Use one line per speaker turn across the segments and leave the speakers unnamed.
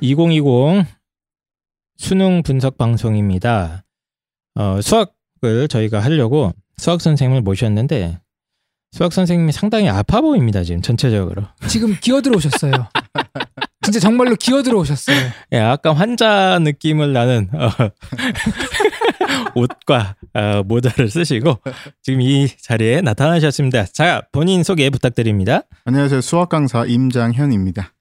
2020 수능 분석 방송입니다. 어, 수학을 저희가 하려고 수학 선생님을 모셨는데 수학 선생님이 상당히 아파 보입니다 지금 전체적으로.
지금 기어 들어오셨어요. 진짜 정말로 기어 들어오셨어요.
예, 아까 환자 느낌을 나는 어, 옷과 어, 모자를 쓰시고 지금 이 자리에 나타나셨습니다. 자, 본인 소개 부탁드립니다.
안녕하세요. 수학 강사 임장현입니다.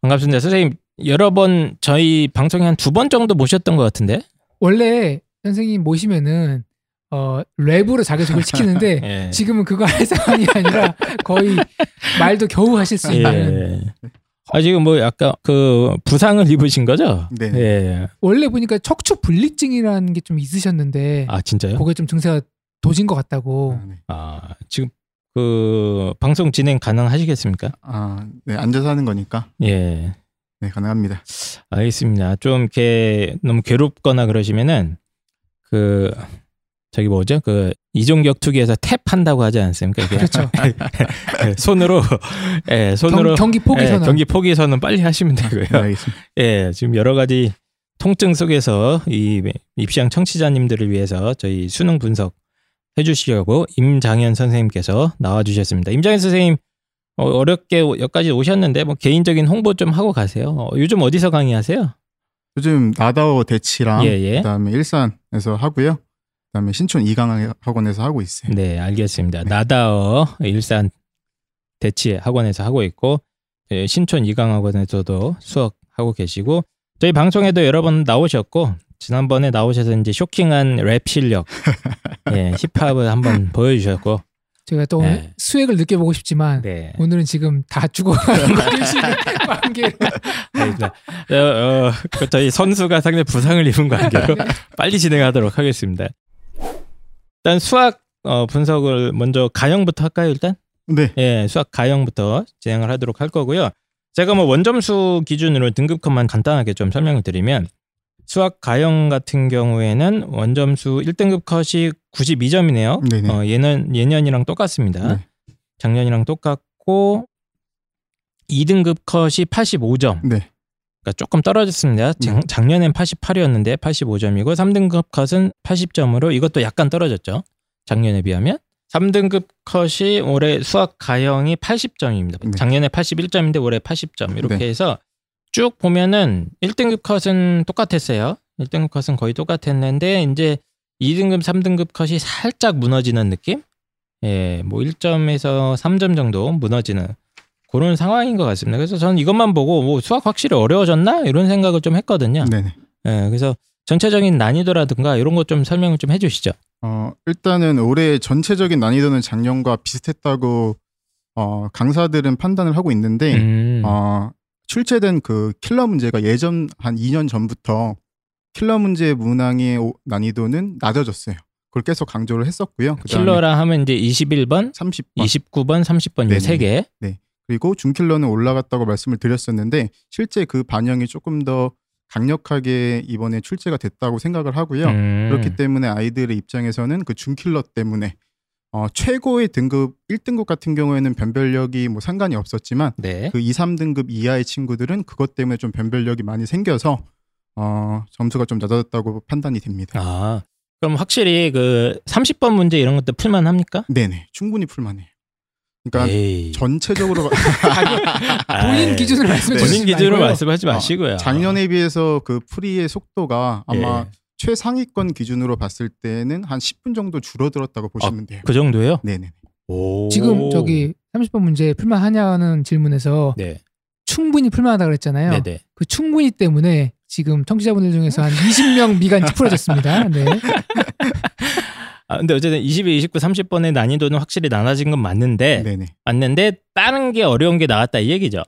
반갑습니다, 선생님. 여러 번 저희 방송에 한 두 번 정도 모셨던 것 같은데.
원래 선생님 모시면은 어, 랩으로 자기소개를 시키는데
예.
지금은 그거 할 상황이 아니라 거의 말도 겨우 하실 수 있는
예. 아 지금 뭐 약간 그 부상을 입으신 거죠?
네.
예.
원래 보니까 척추 불리증이라는 게 좀 있으셨는데
아 진짜요?
그게 좀 증세가 도진 것 같다고
아, 네.
아 지금 그 방송 진행 가능하시겠습니까?
아, 네. 앉아서 하는 거니까.
예.
네, 가능합니다.
알겠습니다. 좀 이렇게 너무 괴롭거나 그러시면은 그 저기 뭐죠? 그 이종격 투기에서 탭 한다고 하지 않습니까? 이게
그렇죠
손으로 예, 손으로
경, 기 포기
예,
선언
경기 포기 선언 빨리 하시면
네,
되고요.
알겠습니다.
예, 지금 여러 가지 통증 속에서 이 입시왕 청취자님들을 위해서 저희 수능 분석 해주시려고 임장현 선생님께서 나와주셨습니다. 임장현 선생님 어, 어렵게 여기까지 오셨는데 뭐 개인적인 홍보 좀 하고 가세요. 어, 요즘 어디서 강의하세요?
요즘 나다오 대치랑
예, 예.
그다음에 일산에서 하고요. 그다음에 신촌 이강 학원에서 하고 있어요.
네, 알겠습니다.
네.
나다어 일산 대치 학원에서 하고 있고 예, 신촌 이강학원에서도 수업하고 계시고 저희 방송에도 여러 번 나오셨고 지난번에 나오셔서 이제 쇼킹한 랩 실력, 예, 힙합을 한번 보여주셨고
제가 또 오늘
네.
수액을 느껴보고 싶지만
네,
오늘은 지금 다 죽어가는 관계
알겠습니다. 어, 어, 그 저희 선수가 상당히 부상을 입은 관계로 빨리 진행하도록 하겠습니다. 일단 수학 어, 분석을 먼저 가형부터 할까요? 일단
네.
예, 수학 가형부터 진행을 하도록 할 거고요. 제가 뭐 원점수 기준으로 등급컷만 간단하게 좀 설명을 드리면 수학 가형 같은 경우에는 원점수 1등급 컷이 92점이네요.
네, 네.
어, 예년 예년이랑 똑같습니다.
네.
작년이랑 똑같고 2등급 컷이 85점.
네.
그러니까 조금 떨어졌습니다. 작,
네.
작년엔 88이었는데 85점이고 3등급 컷은 80점으로 이것도 약간 떨어졌죠. 작년에 비하면 3등급 컷이 올해 수학 가형이 80점입니다.
네.
작년에 81점인데 올해 80점 이렇게
네.
해서 쭉 보면은 1등급 컷은 똑같았어요. 1등급 컷은 거의 똑같았는데 이제 2등급, 3등급 컷이 살짝 무너지는 느낌? 예, 뭐 1점에서 3점 정도 무너지는 그런 상황인 것 같습니다. 그래서 저는 이것만 보고 뭐 수학 확실히 어려워졌나 이런 생각을 좀 했거든요.
네, 네.
예, 그래서 전체적인 난이도라든가 이런 것 좀 설명을 좀 해주시죠.
어, 일단은 올해 전체적인 난이도는 작년과 비슷했다고 어, 강사들은 판단을 하고 있는데
음,
어, 출제된 그 킬러 문제가 예전 한 2년 전부터 킬러 문제 문항의 오- 난이도는 낮아졌어요. 그걸 계속 강조를 했었고요. 그다음에
킬러라 하면 이제 21번,
30번
29번, 30번
네네네.
이 세 개.
그리고 중킬러는 올라갔다고 말씀을 드렸었는데 실제 그 반영이 조금 더 강력하게 이번에 출제가 됐다고 생각을 하고요.
음,
그렇죠. 그렇기 때문에 아이들의 입장에서는 그 중킬러 때문에 어, 최고의 등급 1등급 같은 경우에는 변별력이 뭐 상관이 없었지만
네.
그 2, 3등급 이하의 친구들은 그것 때문에 좀 변별력이 많이 생겨서 어, 점수가 좀 낮아졌다고 판단이 됩니다.
아, 그럼 확실히 그 30번 문제 이런 것도 풀만 합니까?
네네, 충분히 풀만해요. 그러니까
에이.
전체적으로
본인
아이,
기준을 말씀해 주시면
본인 기준으로 말씀하지 마시고요.
아, 어, 작년에 비해서 그 풀이의 속도가 아마
예.
최상위권 기준으로 봤을 때는 한 10분 정도 줄어들었다고 보시면 돼요.
그 정도예요?
네네.
오.
지금 저기 30번 문제 풀만 하냐는 질문에서
네.
충분히 풀만하다 그랬잖아요.
네, 네.
그 충분히 때문에 지금 청취자분들 중에서 한 20명 미간 풀어졌습니다. 네.
아, 근데 어쨌든 22, 29, 30번의 난이도는 확실히 나눠진 건 맞는데
네네.
맞는데 다른 게 어려운 게 나왔다 이 얘기죠.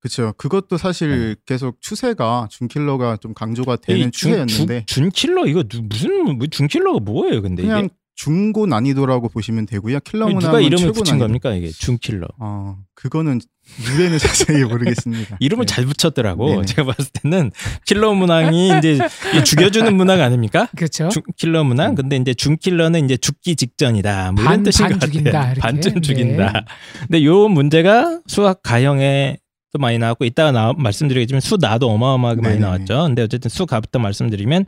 그렇죠. 그것도 사실 계속 추세가 준킬러가 좀 강조가 되는
네. 이 준-
추세였는데
준- 준킬러 이거 누- 무슨 뭐 준킬러가 뭐예요? 근데
그냥
이게
중고 난이도라고 보시면 되고요. 킬러 문항은
누가 이름을
최고
붙인
난이도.
겁니까 이게 준킬러?
어, 그거는 유래는 자세히 모르겠습니다.
이름을
네.
잘 붙였더라고.
네네.
제가 봤을 때는 킬러 문항이 이제 이 죽여주는 문항 아닙니까?
어?
그렇죠.
중, 킬러
음.
문항. 근데 이제 중킬러는 이제 죽기 직전이다. 뭐 이런
반-
뜻인
반
것
죽인다,
같아요.
이렇게.
반쯤
네.
죽인다. 근데 요 문제가 수학 가형의 또 많이 나왔고 이따가 나- 말씀드리겠지만 수 나도 어마어마하게 많이
네네네.
나왔죠. 근데 어쨌든 수 값부터 말씀드리면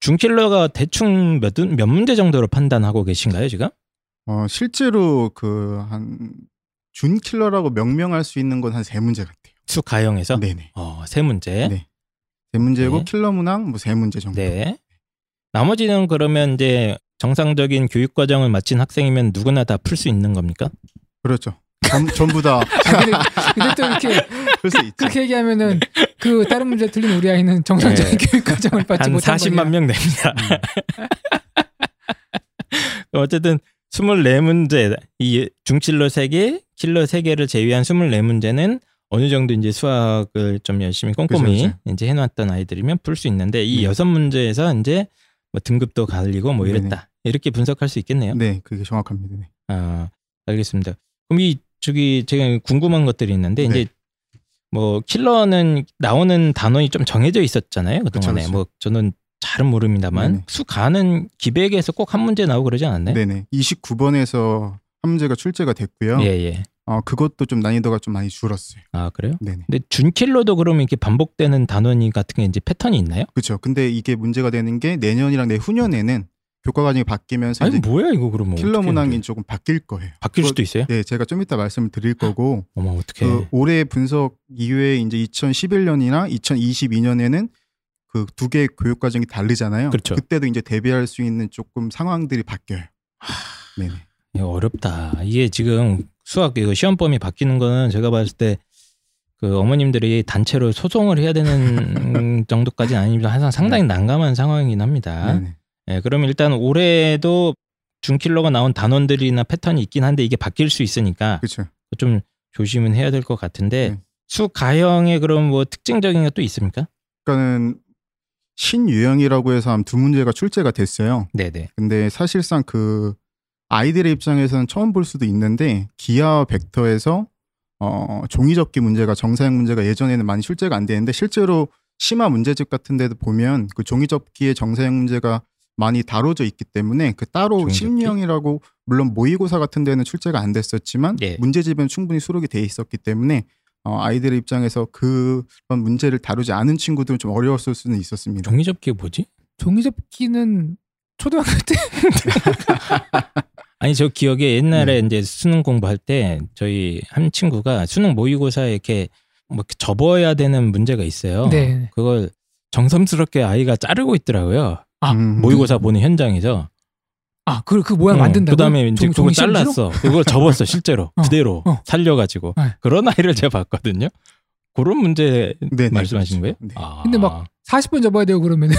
중킬러가 대충 몇, 문- 몇 문제 정도로 판단하고 계신가요 지금?
어, 실제로 그 한 준킬러라고 명명할 수 있는 건 한 세 문제 같아요.
수 가형에서
네네.
어, 세 문제.
네. 세 문제고
네.
킬러 문항 뭐 세 문제 정도.
네. 나머지는 그러면 이제 정상적인 교육 과정을 마친 학생이면 누구나 다 풀 수 있는 겁니까?
그렇죠. 전, 전부 다 할 수
아, 근데, 근데 또 이렇게
있죠.
그렇게 얘기하면은 그 다른 문제 틀린 우리 아이는 정상적인 교육 과정을 받지
네. 한
못한
40만
거냐.
명 됩니다.
음.
어쨌든 24문제 이 중킬러 3개, 킬러 3개를 제외한 24문제는 어느 정도 이제 수학을 좀 열심히 꼼꼼히
그죠,
이제 해놨던 아이들이면 풀 수 있는데 이
네.
여섯 문제에서 이제 뭐 등급도 갈리고 뭐 이랬다
네네.
이렇게 분석할 수 있겠네요.
네, 그게 정확합니다. 네.
아 알겠습니다. 그럼 이 저기 제가 궁금한 것들이 있는데
네.
이제 뭐 킬러는 나오는 단원이 좀 정해져 있었잖아요 그동안에
그쵸.
뭐 저는 잘은 모릅니다만
네네.
수가는 기백에서 꼭 한 문제 나오고 그러지 않았나요?
네, 네. 29번에서 한 문제가 출제가 됐고요.
예 예.
어, 그것도 좀 난이도가 좀 많이 줄었어요.
아 그래요?
네, 네.
근데 준킬러도 그러면 이렇게 반복되는 단원이 같은 게 이제 패턴이 있나요?
그렇죠. 근데 이게 문제가 되는 게 내년이랑 내후년에는 교과 과정이 바뀌면서
아니
네, 이제
뭐야 이거 그러면
킬러
어떻게
문항이
이제
조금 바뀔 거예요.
바뀔
그거-
수도 있어요?
네, 제가 좀 이따 말씀을 드릴
아,
거고
어머 어떻게?
그 올해 분석 이후에 이제 2011년이나 2022년에는 그 두 개의 교육 과정이 다르잖아요.
그렇죠.
때도 이제 대비할 수 있는 조금 상황들이 바뀌어요. 네.
예, 어렵다. 이게 지금 수학 이거 시험 범위 바뀌는 거는 제가 봤을 때. 그 어머님들이 단체로 소송을 해야 되는 정도까지는 아니지만 항상 상당히 난감한 상황이긴 합니다.
네.
예, 그럼 일단 올해도 준킬러가 나온 단원들이나 패턴이 있긴 한데 이게 바뀔 수 있으니까
그렇죠.
좀 조심은 해야 될 것 같은데
네.
수 가형의 그럼 뭐 특징적인 게 또 있습니까?
그러니까는 신유형이라고 해서 한두 문제가 출제가 됐어요.
네네.
근데 사실상 그 아이들의 입장에서는 처음 볼 수도 있는데 기하와 벡터에서 어, 종이접기 문제가 정사형 문제가 예전에는 많이 출제가 안 되는데 실제로 심화 문제집 같은 데도 보면 그 종이접기의 정사형 문제가 많이 다뤄져 있기 때문에 그 따로
종이접기?
심리형이라고 물론 모의고사 같은 데는 출제가 안 됐었지만
예.
문제집은 충분히 수록이 돼 있었기 때문에 어, 아이들의 입장에서 그런 문제를 다루지 않은 친구들은 좀 어려웠을 수는 있었습니다.
종이접기 뭐지?
종이접기는 초등학교 때
아니 저 기억에 옛날에
음.
이제 수능 공부할 때 저희 한 친구가 수능 모의고사에 이렇게 뭐 이렇게 접어야 되는 문제가 있어요.
네.
그걸 정성스럽게 아이가 자르고 있더라고요.
아,
음.
모의고사 보는 현장에서.
아, 그걸 그 모양
응,
만든다고.
어, 그다음에 이제
종-
그걸
종이 실험실로?
잘랐어. 그걸 접었어 실제로
어,
그대로
어.
살려가지고
네.
그런 아이를 제가 봤거든요. 그런 문제
네, 네,
말씀하시는 거예요?
그렇죠. 네.
아,
근데 막- 40분 접어야 돼요, 그러면.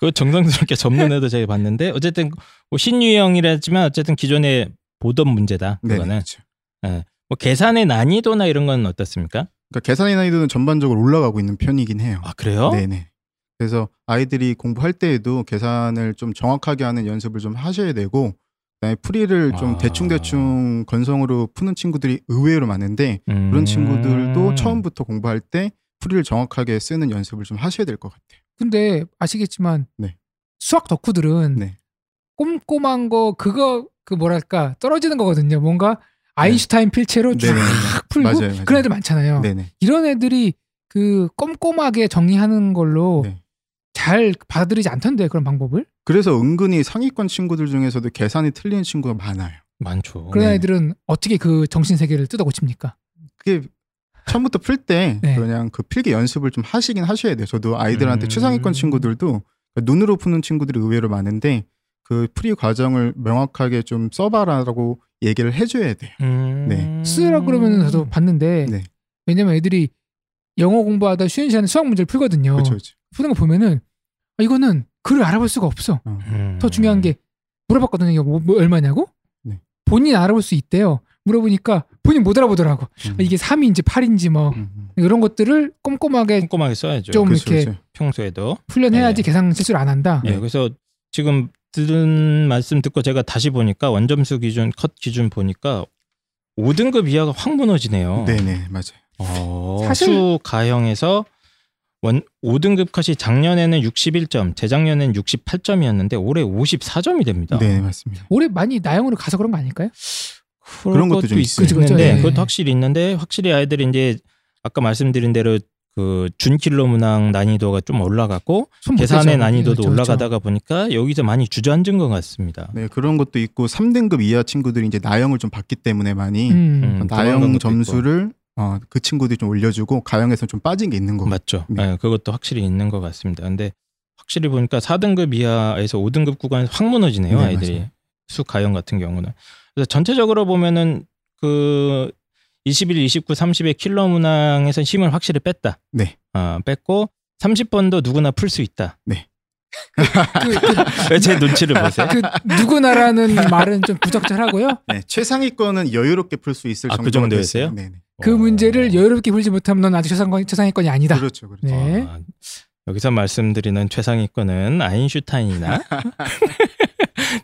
그 정성스럽게 접는 애도 제가 봤는데 어쨌든 뭐 신유형이라지만 어쨌든 기존에 보던 문제다
네, 네,
그거는
그렇죠.
뭐 계산의 난이도나 이런 건 어떻습니까?
그러니까 계산의 난이도는 전반적으로 올라가고 있는 편이긴 해요.
아 그래요?
네네. 그래서 아이들이 공부할 때에도 계산을 좀 정확하게 하는 연습을 좀 하셔야 되고, 그다음에 풀이를 좀
아.
대충대충 건성으로 푸는 친구들이 의외로 많은데
음.
그런 친구들도 처음부터 공부할 때 풀이를 정확하게 쓰는 연습을 좀 하셔야 될 것 같아요.
근데 아시겠지만
네.
수학 덕후들은
네.
꼼꼼한 거 그거 그 뭐랄까 떨어지는 거거든요. 뭔가 아인슈타인 필체로 쫙
네. 네네.
풀고
맞아요, 맞아요.
그런 애들 많잖아요.
네네.
이런 애들이 그 꼼꼼하게 정리하는 걸로
네.
잘 받아들이지 않던데 그런 방법을.
그래서 은근히 상위권 친구들 중에서도 계산이 틀리는 친구가 많아요.
많죠.
그런
네.
애들은 어떻게 그 정신 세계를 뜯어고칩니까?
그게 처음부터 풀 때
네.
그냥 그 필기 연습을 좀 하시긴 하셔야 돼요. 저도 아이들한테
음.
최상위권 친구들도 눈으로 푸는 친구들이 의외로 많은데 그 풀이 과정을 명확하게 좀 써봐라라고 얘기를 해줘야 돼요.
음.
네. 쓰라 그러면은 저도 봤는데
네.
왜냐면 애들이 영어 공부하다 쉬는 시간에 수학 문제를 풀거든요.
그렇죠, 그렇죠.
푸는 거 보면은 아, 이거는 글을 알아볼 수가 없어.
음.
더 중요한 게 물어봤거든요. 이거 뭐, 뭐 얼마냐고?
네.
본인 알아볼 수 있대요. 물어보니까 본인 못 알아보더라고.
음.
이게 3인지 8인지 뭐
음, 음.
이런 것들을 꼼꼼하게
꼼꼼하게 써야죠.
좀-
그렇죠,
이렇게
그렇죠.
평소에도
훈련해야지 계산 실수를 안 한다.
예, 그래서 지금 들은 말씀 듣고 제가 다시 보니까 원점수 기준, 컷 기준 보니까 5등급 이하가 확 무너지네요.
네네 맞아요.
어,
사실-
수 가형에서 원 5등급 컷이 작년에는 61점, 재작년에는 68점이었는데 올해 54점이 됩니다.
네 맞습니다.
올해 많이 나영으로 가서 그런 거 아닐까요?
그런 것도 좀 있어요.
그죠, 그죠.
있는데
예.
네, 그것도 확실히 있는데 확실히 아이들이 이제 아까 말씀드린 대로 그 준킬러 문항 난이도가 좀 올라갔고
손 못
계산의
대죠.
난이도도
음, 그렇죠, 그렇죠.
올라가다가 보니까 여기서 많이 주저앉은 것 같습니다.
네, 그런 것도 있고 3등급 이하 친구들이 이제 나영을 좀 받기 때문에 많이
음.
음, 그런
나영
것도
점수를 어, 그 친구들이 좀 올려주고 가영에서 좀 빠진 게 있는 거.
맞죠.
네.
예, 그것도 확실히 있는 것 같습니다. 근데 확실히 보니까 4등급 이하에서 5등급 구간 확 무너지네요,
네,
아이들이.
맞아요.
수가형 같은 경우는. 그래서 전체적으로 보면은 그 21, 29, 30의 킬러 문항에서 힘을 확실히 뺐다.
네.
아, 뺐고 30번도 누구나 풀 수 있다.
그, 그,
왜 제 눈치를 보세요?
그 누구나라는 말은 좀 부적절하고요.
네, 최상위권은 여유롭게 풀 수 있을
아, 그
정도가
정도였어요?
됐어요. 네, 네.
그
어.
문제를 여유롭게 풀지 못하면 넌 아직 최상권, 최상위권이 아니다.
그렇죠, 그렇죠.
네.
아, 여기서 말씀드리는 최상위권은 아인슈타인이나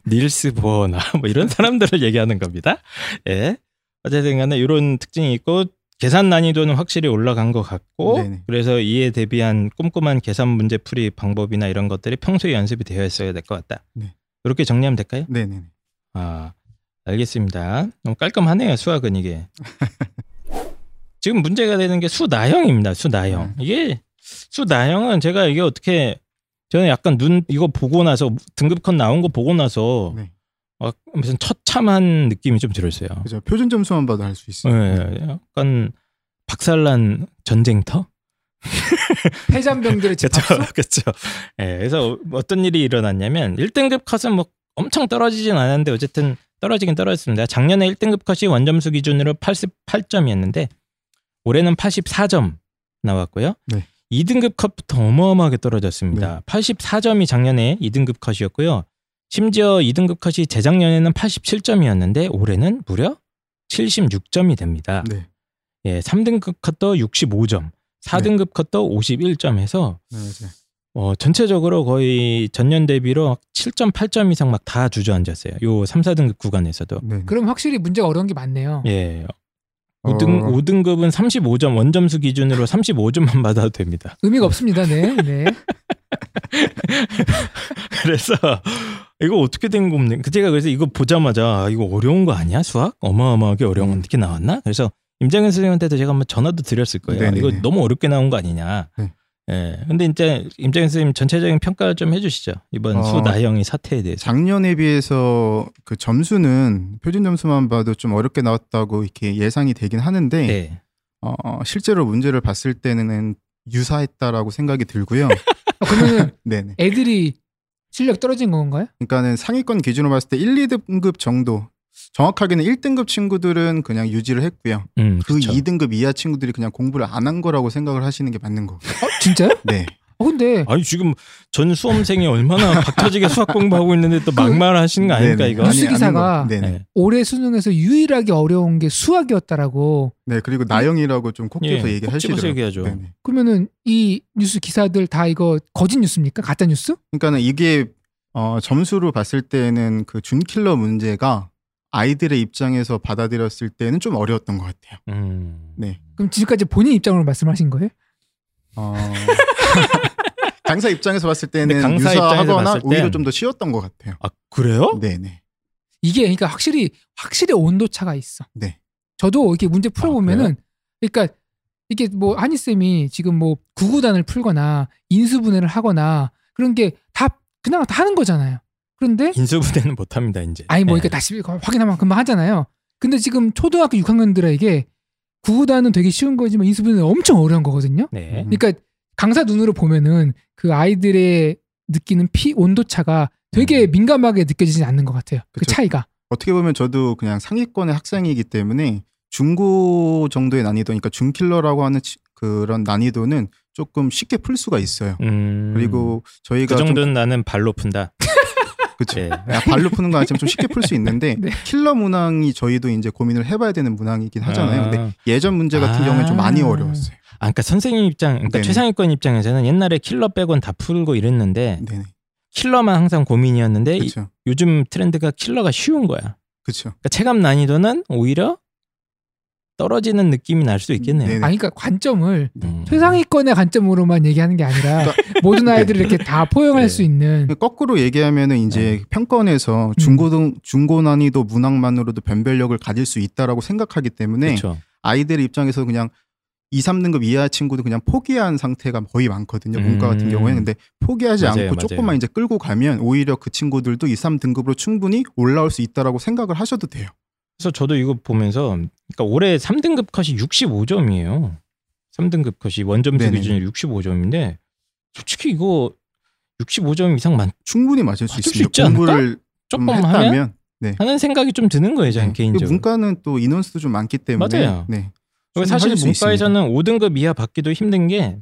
닐스 보어나 뭐 이런 사람들을 얘기하는 겁니다. 예. 어쨌든 간에 이런 특징이 있고 계산 난이도는 확실히 올라간 것 같고
네네.
그래서 이에 대비한 꼼꼼한 계산 문제 풀이 방법이나 이런 것들이 평소에 연습이 되어 있어야 될 것 같다.
네.
이렇게 정리하면 될까요?
네, 네.
아, 알겠습니다. 너무 깔끔하네요, 수학은 이게. 지금 문제가 되는 게 수나형입니다. 수나형.
네.
이게 수나형은 제가 이게 어떻게 저는 약간 눈 이거 보고 나서 등급컷 나온 거 보고 나서
네.
어, 무슨 처참한 느낌이 좀 들었어요.
그죠. 표준 점수만 봐도 할 수
예,
있어요. 네.
약간 박살난 전쟁터?
패잔병들의
그렇죠.
아,
집합소.
그렇죠. 예, 그래서 어떤 일이 일어났냐면 1등급 컷은 뭐 엄청 떨어지진 않았는데 어쨌든 떨어지긴 떨어졌습니다. 작년에 1등급 컷이 원점수 기준으로 88점이었는데 올해는 84점 나왔고요.
네.
2등급 컷부터 어마어마하게 떨어졌습니다. 84점이 작년에 2등급 컷이었고요. 심지어 2등급 컷이 재작년에는 87점이었는데 올해는 무려 76점이 됩니다.
네.
예, 3등급 컷도 65점, 4등급 컷도 51점 해서
네, 맞아요.
어, 전체적으로 거의 전년 대비로 7.8점 이상 막 다 주저앉았어요. 요 3, 4등급 구간에서도.
네, 네.
그럼 확실히 문제가 어려운 게 많네요.
예. 5등,
어,
오등급은 35점, 원점수 기준으로 35점만 받아도 됩니다.
의미가 없습니다. 네. 네.
그래서 이거 어떻게 된 겁니까? 그 제가 그래서 이거 보자마자 아, 이거 어려운 거 아니야? 수학? 어마어마하게
음.
어려운 게 나왔나? 그래서 임장현 선생님한테도 제가 한번 전화도 드렸을 거예요. 아,
네네네.
이거 너무 어렵게 나온 거 아니냐.
네.
예. 근데 이제 임장현 선생님 전체적인 평가를 좀 해주시죠. 이번
어,
수나영이 사태에 대해서.
작년에 비해서 그 점수는 표준 점수만 봐도 좀 어렵게 나왔다고 이렇게 예상이 되긴 하는데
네.
어, 어, 실제로 문제를 봤을 때는 유사했다라고 생각이 들고요.
아, 그러면
네네.
애들이 실력 떨어진 건가요?
그러니까는 상위권 기준으로 봤을 때 1, 2등급 정도 정확하게는 1등급 친구들은 그냥 유지를 했고요.
음,
그
그쵸.
2등급 이하 친구들이 그냥 공부를 안 한 거라고 생각을 하시는 게 맞는 거.
어, 진짜요?
네.
어, 근데
아니 지금 전 수험생이 얼마나 박터지게 수학 공부하고 있는데 또 막말 하시는 거 아닙니까
네네.
이거?
아니,
뉴스 기사가
아닌 거. 네네.
네.
올해 수능에서 유일하게 어려운 게 수학이었다라고
네 그리고 나영이라고 좀 콕 집어서
예, 콕 집어서
얘기하시더라고요.
얘기하죠.
네네.
그러면은 이 뉴스 기사들 다 이거 거짓 뉴스입니까? 가짜 뉴스?
그러니까는 이게 어, 점수로 봤을 때는 그 준킬러 문제가 아이들의 입장에서 받아들였을 때는 좀 어려웠던 것 같아요.
음.
네.
그럼 지금까지 본인 입장으로 말씀하신 거예요?
어... 강사 입장에서 봤을 때는
근데 강사 입장에서
유사하거나
봤을 땐-
오히려 좀 더 쉬웠던 것 같아요.
아 그래요?
네네.
이게 그러니까 확실히 확실히 온도 차가 있어.
네.
저도 이렇게 문제 풀어보면은 그러니까 이게 뭐 한이 쌤이 지금 뭐 구구단을 풀거나 인수분해를 하거나 그런 게 다 그냥 다 하는 거잖아요. 그런데
네.
인수부대는 못합니다 이제.
아니 뭐
예.
이렇게 다시 확인하면 금방 하잖아요. 근데 지금 초등학교 6학년들에게 구구단은 되게 쉬운 거지만 뭐 인수분해는 엄청 어려운 거거든요.
네.
그러니까 강사 눈으로 보면은 그 아이들의 느끼는 피 온도 차가 되게
음.
민감하게 느껴지진 않는 것 같아요. 그
그쵸.
차이가.
어떻게 보면 저도 그냥 상위권의 학생이기 때문에 중고 정도의 난이도, 그러니까 준킬러라고 하는 치- 그런 난이도는 조금 쉽게 풀 수가 있어요.
음.
그리고
그
저희가 좀
정도는 나는 발로 푼다.
그쵸.
예.
야, 발로 푸는 거 아니지만 좀 쉽게 풀 수 있는데
네.
킬러 문항이 저희도 이제 고민을 해봐야 되는 문항이긴 하잖아요.
아.
근데 예전 문제 같은
아.
경우는 좀 많이 어려웠어요.
아, 그러니까 선생님 입장, 그러니까
네네.
최상위권 입장에서는 옛날에 킬러 빼곤 다 풀고 이랬는데
네네.
킬러만 항상 고민이었는데 이-
그렇죠.
요즘 트렌드가 킬러가 쉬운 거야.
그렇죠.
그러니까 체감 난이도는 오히려 떨어지는 느낌이 날 수 있겠네요.
네네.
아니, 그러니까 관점을
음. 그러니까
최상위권의 관점으로만 얘기하는 게 아니라 모든 아이들을 이렇게 다 포용할
네.
수 있는
거꾸로 얘기하면은 이제 평권에서 중고등 중고 난이도 문항만으로도 변별력을 가질 수 있다라고 생각하기 때문에
그렇죠.
아이들 입장에서 그냥 2, 3등급 이하 친구도 그냥 포기한 상태가 거의 많거든요. 문과 같은
음.
경우에는 근데 포기하지
맞아요,
않고
맞아요.
조금만 이제 끌고 가면 오히려 그 친구들도 2, 3등급으로 충분히 올라올 수 있다라고 생각을 하셔도 돼요.
그래서 저도 이거 보면서 그러니까 올해 3등급 컷이 65점이에요. 3등급 컷이 원점수
네네.
기준이 65점인데 솔직히 이거 65점 이상 만
충분히 맞을 수
맞출 수
있습니다.
있지 않을까?
공부를 좀
조금 하면
음, 했다면
하는 생각이 좀 드는 거예요, 저는
네.
개인적으로.
문과는 또 인원수도 좀 많기 때문에
맞아요.
네.
그리고
충분히
사실
하실 수
문과에서는 5등급 이하 받기도 힘든 게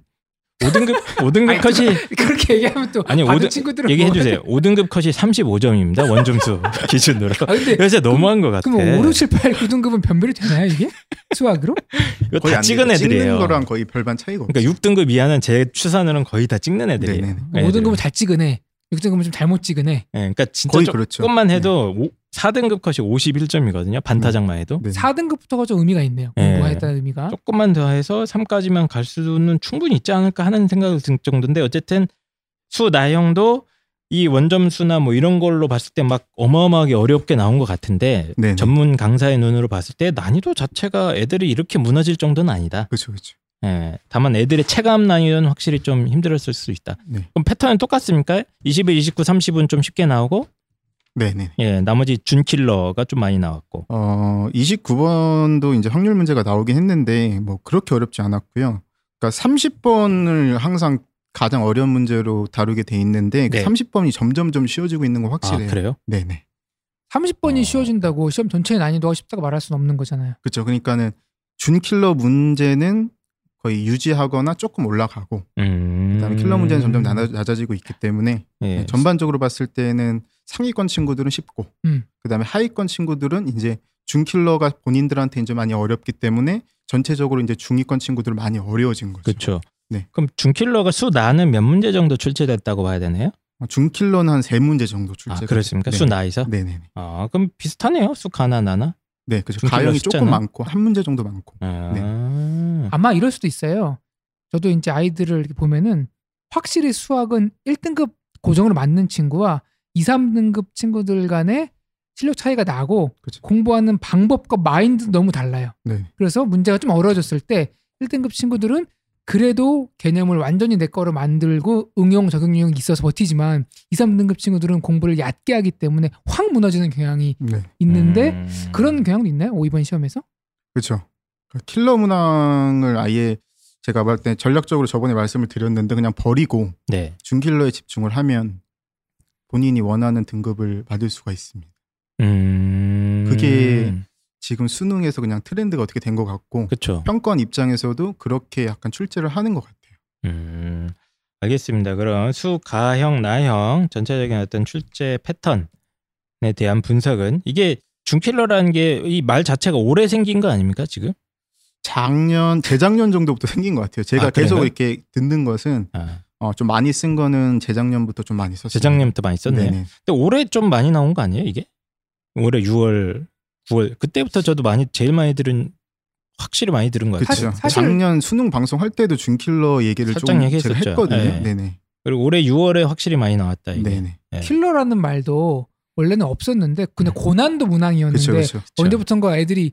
5등급 5등급
아니,
컷이
그렇게 얘기하면 또
아니,
아니, 받은
오드-
친구들은
얘기해
뭐-
주세요. 5등급 컷이 35점입니다. 원점수 기준으로.
아 근데
그래서 너무한 것 같아.
그럼 5, 6, 7, 8, 9등급은 변별이 되나요 이게 수학으로?
이거
거의
다
안
찍은
되죠.
애들이에요.
찍는 거랑 거의 별반 차이가 없어요.
그러니까 6등급 이하는 제 추산으로는 거의 다 찍는 애들이에요.
네네네.
애들.
5등급은 잘 찍으네. 6등급은 좀 잘못 찍으네.
예, 그러니까 진짜
거의
조-
그렇죠.
조금만 해도 오- 4등급 컷이 51점이거든요. 반타작만 해도.
네. 네.
4등급부터가 좀 의미가 있네요.
예.
공부했다는 의미가.
조금만 더 해서 3까지만 갈 수는 충분히 있지 않을까 하는 생각을 들 정도인데 어쨌든 수 나형도 이 원점수나 뭐 이런 걸로 봤을 때 막 어마어마하게 어렵게 나온 것 같은데
네네.
전문 강사의 눈으로 봤을 때 난이도 자체가 애들이 이렇게 무너질 정도는 아니다.
그렇죠, 그렇죠.
예, 다만 애들의 체감 난이도는 확실히 좀 힘들었을 수 있다.
네.
그럼 패턴은 똑같습니까? 21, 29, 30은 좀 쉽게 나오고
네, 네.
예, 나머지 준킬러가 좀 많이 나왔고
어, 29번도 이제 확률 문제가 나오긴 했는데 뭐 그렇게 어렵지 않았고요. 그러니까 30번을 항상 가장 어려운 문제로 다루게 돼 있는데 그
네.
30번이 점점점 쉬워지고 있는 건 확실해요.
아 그래요?
네, 네.
30번이
어. 음.
쉬워진다고 시험 전체의 난이도가 쉽다고 말할 수는 없는 거잖아요.
그렇죠. 그러니까는 준킬러 문제는 거의 유지하거나 조금 올라가고
음...
그다음에 킬러 문제는 점점 낮아, 낮아지고 있기 때문에
예,
전반적으로 봤을 때는 상위권 친구들은 쉽고
음.
그다음에 하위권 친구들은 이제 준킬러가 본인들한테 이제 많이 어렵기 때문에 전체적으로 이제 중위권 친구들은 많이 어려워진 거죠.
그렇죠.
네.
그럼 준킬러가 수 나는 몇 문제 정도 출제됐다고 봐야 되나요?
어, 준킬러는 한 세 문제 정도
아
출제가
그렇습니까?
네.
수 나에서?
네, 네, 네.
아 그럼 비슷하네요. 수 가나 나나?
네, 그렇죠.
준킬러
가형이
숫자는?
조금 많고 한 문제 정도 많고.
아,
아마 이럴 수도 있어요. 저도 이제 아이들을 이렇게 보면은 확실히 수학은 1등급 고정으로 맞는 친구와 2, 3등급 친구들 간의 실력 차이가 나고
그렇죠.
공부하는 방법과 마인드 너무 달라요.
네.
그래서 문제가 좀 어려워졌을 때 1등급 친구들은 그래도 개념을 완전히 내 거로 만들고 응용 적용력이 있어서 버티지만 2, 3등급 친구들은 공부를 얕게 하기 때문에 확 무너지는 경향이
네.
있는데
음.
그런 경향도 있나요? 오, 이번 시험에서?
그렇죠. 그러니까 킬러 문항을 아예 제가 볼 때 전략적으로 저번에 말씀을 드렸는데 그냥 버리고
네.
준킬러에 집중을 하면 본인이 원하는 등급을 받을 수가 있습니다.
음.
그게 지금 수능에서 그냥 트렌드가 어떻게 된 것 같고
그렇죠.
평권 입장에서도 그렇게 약간 출제를 하는 것 같아요.
음. 알겠습니다. 그럼 수 가형 나형 전체적인 어떤 출제 패턴에 대한 분석은 이게 준킬러라는 게 이 말 자체가 오래 생긴 거 아닙니까 지금?
작년 재작년 정도부터 생긴 것 같아요. 제가
아, 그래요?
계속 이렇게 듣는 것은
아,
어, 좀 많이 쓴 거는 재작년부터 좀 많이 썼어요.
재작년부터 많이 썼네요.
네네.
근데 올해 좀 많이 나온 거 아니에요 이게? 올해 6월, 9월 그때부터 저도 많이 제일 많이 들은 확실히 많이 들은 것 같아요.
그렇죠.
사실-
작년 수능 방송 할 때도 준킬러 얘기를
살짝
조금
얘기했었죠.
제가 했거든요.
네.
네. 네
그리고 올해 6월에 확실히 많이 나왔다 이게.
네네. 네.
네.
킬러라는 말도 원래는 없었는데 그냥 고난도 문항이었는데
그렇죠, 그렇죠.
언제부턴가 애들이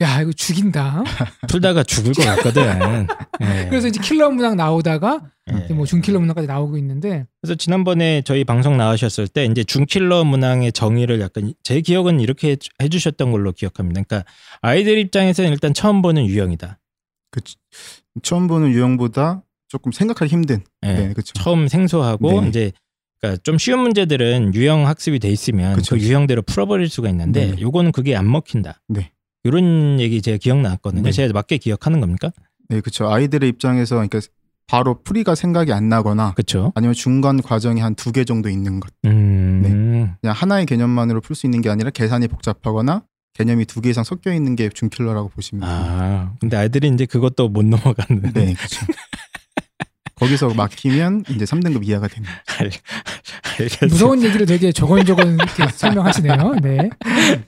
야 이거 죽인다.
네.
풀다가 죽을 것 같거든. 네.
그래서 이제 킬러 문항 나오다가 이제
네.
뭐 준킬러 문항까지 나오고 있는데
그래서 지난번에 저희 방송 나오셨을 때 이제 준킬러 문항의 정의를 약간 제 기억은 이렇게 해주- 해주셨던 걸로 기억합니다. 그러니까 아이들 입장에서는 일단 처음 보는 유형이다.
처음 보는 유형보다 조금 생각하기 힘든.
예.
네, 그렇죠.
처음 생소하고
네.
이제 그러니까 좀 쉬운 문제들은 유형 학습이 돼 있으면 그
그쵸, 그쵸.
유형대로 풀어버릴 수가 있는데
네네.
요거는 그게 안 먹힌다.
네.
이런 얘기 제가 기억났거든요.
네.
제가 맞게 기억하는 겁니까?
네, 그렇죠. 아이들의 입장에서 그러니까 바로 풀이가 생각이 안 나거나
그렇죠.
아니면 중간 과정이 한 두 개 정도 있는 것.
음,
그냥 하나의 개념만으로 풀 수 있는 게 아니라 계산이 복잡하거나 개념이 두 개 이상 섞여 있는 게 준킬러라고 보시면 네, 됩니다.
아 네. 근데 아이들이 이제 그것도 못 넘어가는.
네, 그렇죠. 거기서 막히면 이제 3등급 이하가 되는 거죠.
알겠습니다.
무서운 얘기를 되게 저건저건 이렇게 설명하시네요. 네.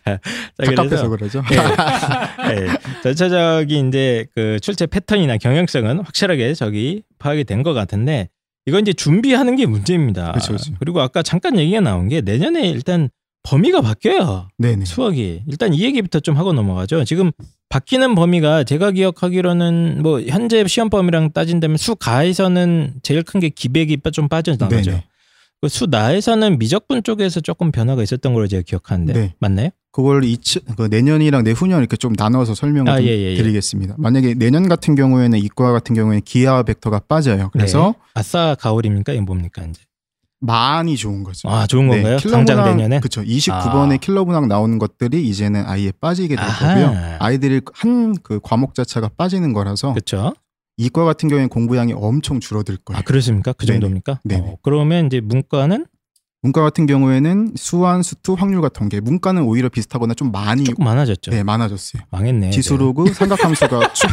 자, 그래서
답답해서 그러죠.
예, 예. 전체적인 이제 그 출제 패턴이나 경향성은 확실하게 저기 파악이 된 것 같은데 이건 이제 준비하는 게 문제입니다.
그렇죠, 그쵸, 그쵸.
리고 아까 잠깐 얘기가 나온 게 내년에 일단 범위가 바뀌어요.
네네.
수학이 일단 이 얘기부터 좀 하고 넘어가죠. 지금 바뀌는 범위가 제가 기억하기로는 뭐 현재 시험 범위랑 따진다면 수가에서는 제일 큰 게 기백이 빠- 좀 빠져나가죠.
네네.
그 수나에서는 미적분 쪽에서 조금 변화가 있었던 걸로 제가 기억하는데
네.
맞나요?
그걸 이치, 그 내년이랑 내후년 이렇게 좀 나눠서 설명을
아,
좀
예, 예, 예.
드리겠습니다. 만약에 내년 같은 경우에는 이과 같은 경우에는 기하 벡터가 빠져요. 그래서
아싸 가을입니까? 이게 뭡니까 이제?
많이 좋은 거죠.
아 좋은 건가요? 당장 내년에?
네, 그렇죠. 29번에
아.
킬러 문항 나오는 것들이 이제는 아예 빠지게 될
아하.
거고요. 아이들이 한 그 과목 자체가 빠지는 거라서
그렇죠.
이과 같은 경우에는 공부량이 엄청 줄어들 거예요.
아 그렇습니까? 그
네네.
정도입니까?
네네. 네.
어, 그러면 이제 문과는
문과 같은 경우에는 수완, 수투, 확률 같은 게 문과는 오히려 비슷하거나 좀 많이
조금 많아졌죠.
네, 많아졌어요.
망했네.
지수로그 삼각함수가 추,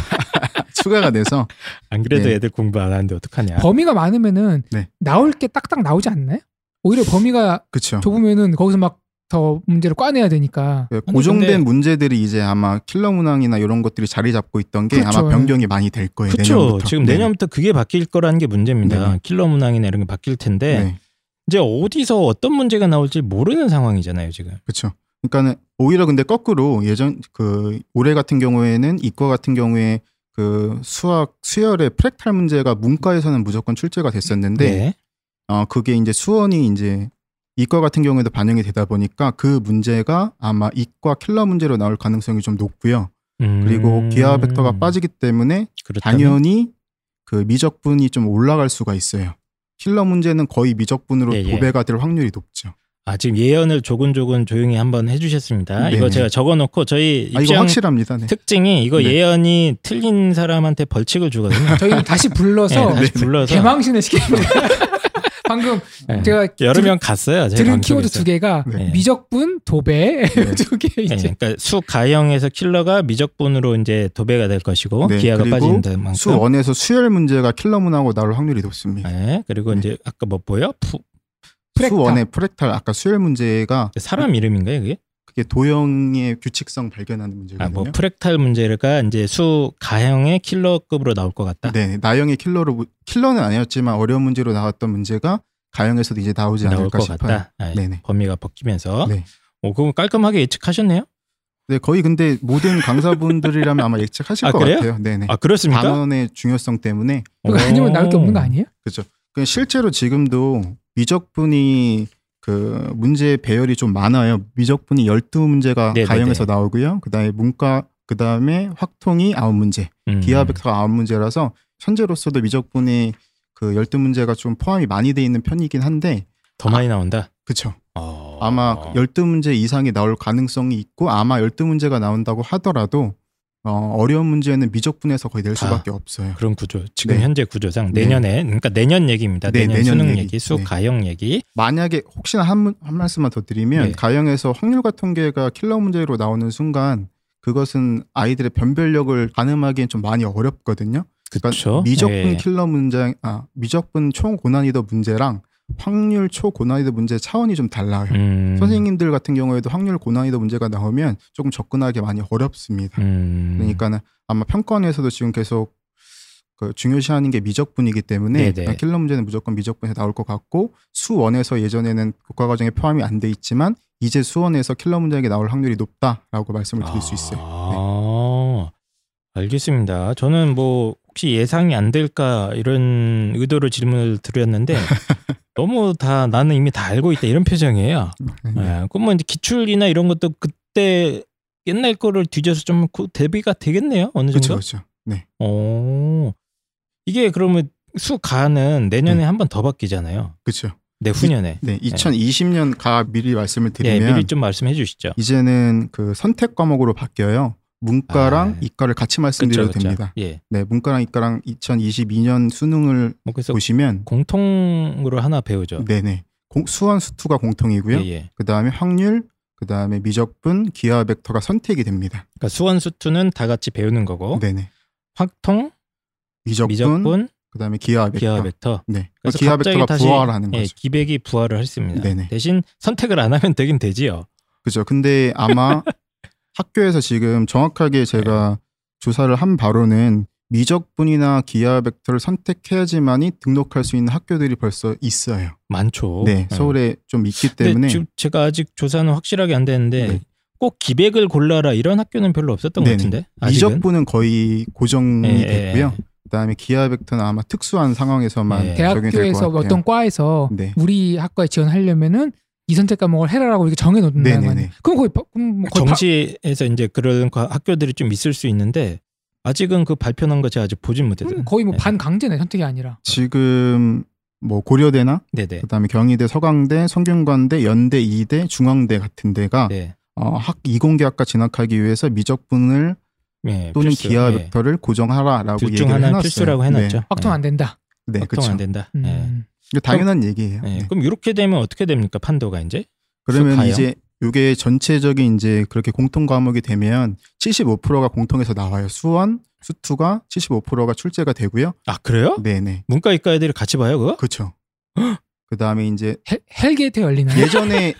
추가가 돼서
애들. 안 그래도
네.
애들 공부 안 하는데 어떡하냐?
범위가 많으면은
네.
나올 게 딱딱 나오지 않나요? 오히려 범위가
그렇죠.
좁으면은 거기서 막 더 문제를 꽈내야 되니까.
그
아니,
고정된
근데-
문제들이 이제 아마 킬러 문항이나 이런 것들이 자리 잡고 있던 게
그렇죠.
아마 변경이 많이 될 거예요.
그렇죠.
내년부터.
지금
네.
내년부터 그게 바뀔 거라는 게 문제입니다.
네네.
킬러 문항이나 이런 게 바뀔 텐데
네,
이제 어디서 어떤 문제가 나올지 모르는 상황이잖아요 지금.
그렇죠. 그러니까는 오히려 근데 거꾸로 예전 그 올해 같은 경우에는 이과 같은 경우에 그 수학 수열의 프랙탈 문제가 문과에서는 무조건 출제가 됐었는데
네.
어, 그게 이제 수원이 이제 이과 같은 경우에도 반영이 되다 보니까 그 문제가 아마 이과 킬러 문제로 나올 가능성이 좀 높고요.
음,
그리고 기하 벡터가 빠지기 때문에
그렇다면
당연히 그 미적분이 좀 올라갈 수가 있어요. 킬러 문제는 거의 미적분으로
예, 예.
도배가 될 확률이 높죠.
아 지금 예언을 조곤조곤 조용히 한번 해주셨습니다. 이거
네네.
제가 적어놓고 저희
아, 이거
입장
확실합니다. 네.
특징이 이거
네.
예언이 틀린 사람한테 벌칙을 주거든요.
저희는 다시 불러서
네, 다시 불러서
개망신을 시킵니다. 방금
네.
제가
여러
들-
명 갔어요. 제가
들은
방송에서.
키워드 두 개가
네.
네.
미적분, 도배
네.
두 개
예,
이제
그러니까 수 가형에서 킬러가 미적분으로 이제 도배가 될 것이고
네,
기하가
그리고
빠진다는 만큼
수원에서 수열 문제가 킬러 문하고 나올 확률이 높습니다.
네, 그리고
네.
이제 아까 뭐 보여? 푸,
프랙탈.
수원의 프랙탈 아까 수열 문제가
사람 이름인가요, 그게?
그게 도형의 규칙성 발견하는
아,
문제거든요.
뭐 프랙탈 문제가 이제 수 가형의 킬러급으로 나올 것 같다.
네, 나영의 킬러로 킬러는 아니었지만 어려운 문제로 나왔던 문제가 가영에서도 이제 나오지
나올
않을까
것
싶어요.
같다. 어? 아,
네네.
범위가 벗기면서.
네.
오, 그거 깔끔하게 예측하셨네요.
네, 거의 근데 모든 강사분들이라면 아마 예측하실
아,
것
그래요?
같아요. 네네.
아 그렇습니까?
단원의 중요성 때문에
그거 아니면 나올 게 없는 거 아니에요?
그 실제로 지금도 미적분이 그 문제 배열이 좀 많아요. 미적분이 12문제가
네네네.
가영에서 나오고요. 그다음에 문과 그다음에 확통이 9문제,
음.
기하 벡터가 9문제라서 현재로서도 미적분이 그 12문제가 좀 포함이 많이 돼 있는 편이긴 한데
더 많이 나온다.
그렇죠.
어.
아마 그 12문제 이상이 나올 가능성이 있고 아마 12문제가 나온다고 하더라도 어, 어려운 문제는 미적분에서 거의 낼
다.
수밖에 없어요.
그런 구조. 지금
네.
현재 구조상
네.
내년에 그러니까 내년 얘기입니다.
네,
내년,
내년
수능 얘기,
얘기.
수
네.
가형 얘기.
만약에 혹시나 한, 문- 한 말씀만 더 드리면
네.
가형에서 확률과 통계가 킬러 문제로 나오는 순간 그것은 아이들의 변별력을 가늠하기엔 좀 많이 어렵거든요.
그렇죠.
그러니까 미적분
예.
킬러 문제, 아 미적분 초고난이도 문제랑 확률 초고난이도 문제 차원이 좀 달라요.
음.
선생님들 같은 경우에도 확률 고난이도 문제가 나오면 조금 접근하기 많이 어렵습니다.
음.
그러니까는 아마 평가원에서도 지금 계속 그 중요시하는 게 미적분이기 때문에
네네.
킬러 문제는 무조건 미적분에서 나올 것 같고 수원에서 예전에는 교과 과정에 포함이 안 돼 있지만 이제 수원에서 킬러 문제가 나올 확률이 높다라고 말씀을 드릴 수 있어요. 네.
아, 알겠습니다. 저는 뭐 혹시 예상이 안 될까 이런 의도로 질문을 드렸는데 너무 다 나는 이미 다 알고 있다 이런 표정이에요.
네.
예, 그럼 뭐 이제 기출이나 이런 것도 그때 옛날 거를 뒤져서 좀 그 대비가 되겠네요. 어느
그렇죠,
정도.
그렇죠. 네,
어. 이게 그러면 수가는 내년에
네.
한 번 더 바뀌잖아요.
그렇죠.
내후년에.
네, 2020년 가 미리 말씀을
예,
드리면
미리 좀 말씀해 주시죠.
이제는 그 선택 과목으로 바뀌어요. 문과랑
아.
이과를 같이
그쵸,
말씀드려도
그쵸.
됩니다.
예.
네, 문과랑 이과랑 2022년 수능을
뭐 그래서
보시면
공통으로 하나 배우죠.
네네 공- 수원 수투가 공통이고요.
예, 예.
그 다음에 확률, 그 다음에 미적분, 기하 벡터가 선택이 됩니다. 네.
그러니까 수원 수투는 다 같이 배우는 거고
네네.
확통
미적분,
미적분
그다음에 기하 벡터.
기하 벡터.
네.
그래서
기하
갑자기
벡터가
다시-
부활하는
예,
거죠.
기백이 부활을 했습니다.
네네.
대신 선택을 안 하면 되긴 되지요.
그죠. 근데 아마 학교에서 지금 정확하게
네.
제가 조사를 한 바로는 미적분이나 기하 벡터를 선택해야지만이 등록할 수 있는 학교들이 벌써 있어요.
많죠.
네,
예.
서울에 좀 있기
근데
때문에
지금 제가 아직 조사는 확실하게 안 됐는데
네.
꼭 기백을 골라라 이런 학교는 별로 없었던
네네.
것 같은데. 아직은?
미적분은 거의 고정이
예, 예,
됐고요. 그다음에 기하 벡터는 아마 특수한 상황에서만
예.
네. 적용이 될 것
대학교에서
같아요.
어떤 과에서
네.
우리 학과에 지원하려면은 이 선택 과목을 뭐 해라라고 이렇게 정해놓는다는 거
네네네.
아니에요? 그럼 거의 바- 그럼 뭐 거의 바-
정시에서 이제 그런 과- 학교들이 좀 있을 수 있는데 아직은 그 발표난 거 제가 아직 보진 못했어요.
그럼 거의 뭐
네.
반강제네 선택이 아니라.
지금 뭐 고려대나
네네.
그다음에 경희대, 서강대, 성균관대, 연대, 이대, 중앙대 같은 데가
네.
어, 학 이공계학과 진학하기 위해서 미적분을
예,
또는
필수.
기하
예.
벡터를 고정하라라고
둘중
얘기를
하나는
해놨어요.
필수라고 해놨죠.
확통 안 된다.
네, 네
확통
그렇죠.
안 된다.
음.
예.
이거 당연한 얘기예요.
예.
네.
그럼 이렇게 되면 어떻게 됩니까 판도가 이제?
그러면
가요?
이제 이게 전체적인 이제 그렇게 공통 과목이 되면 75%가 공통에서 나와요. 수원, 수투가 75%가 출제가 되고요.
아 그래요?
네네,
문과 이과 애들이 같이 봐요 그거?
그렇죠. 그 다음에 이제
헬, 헬게이트 열리나요?
예전에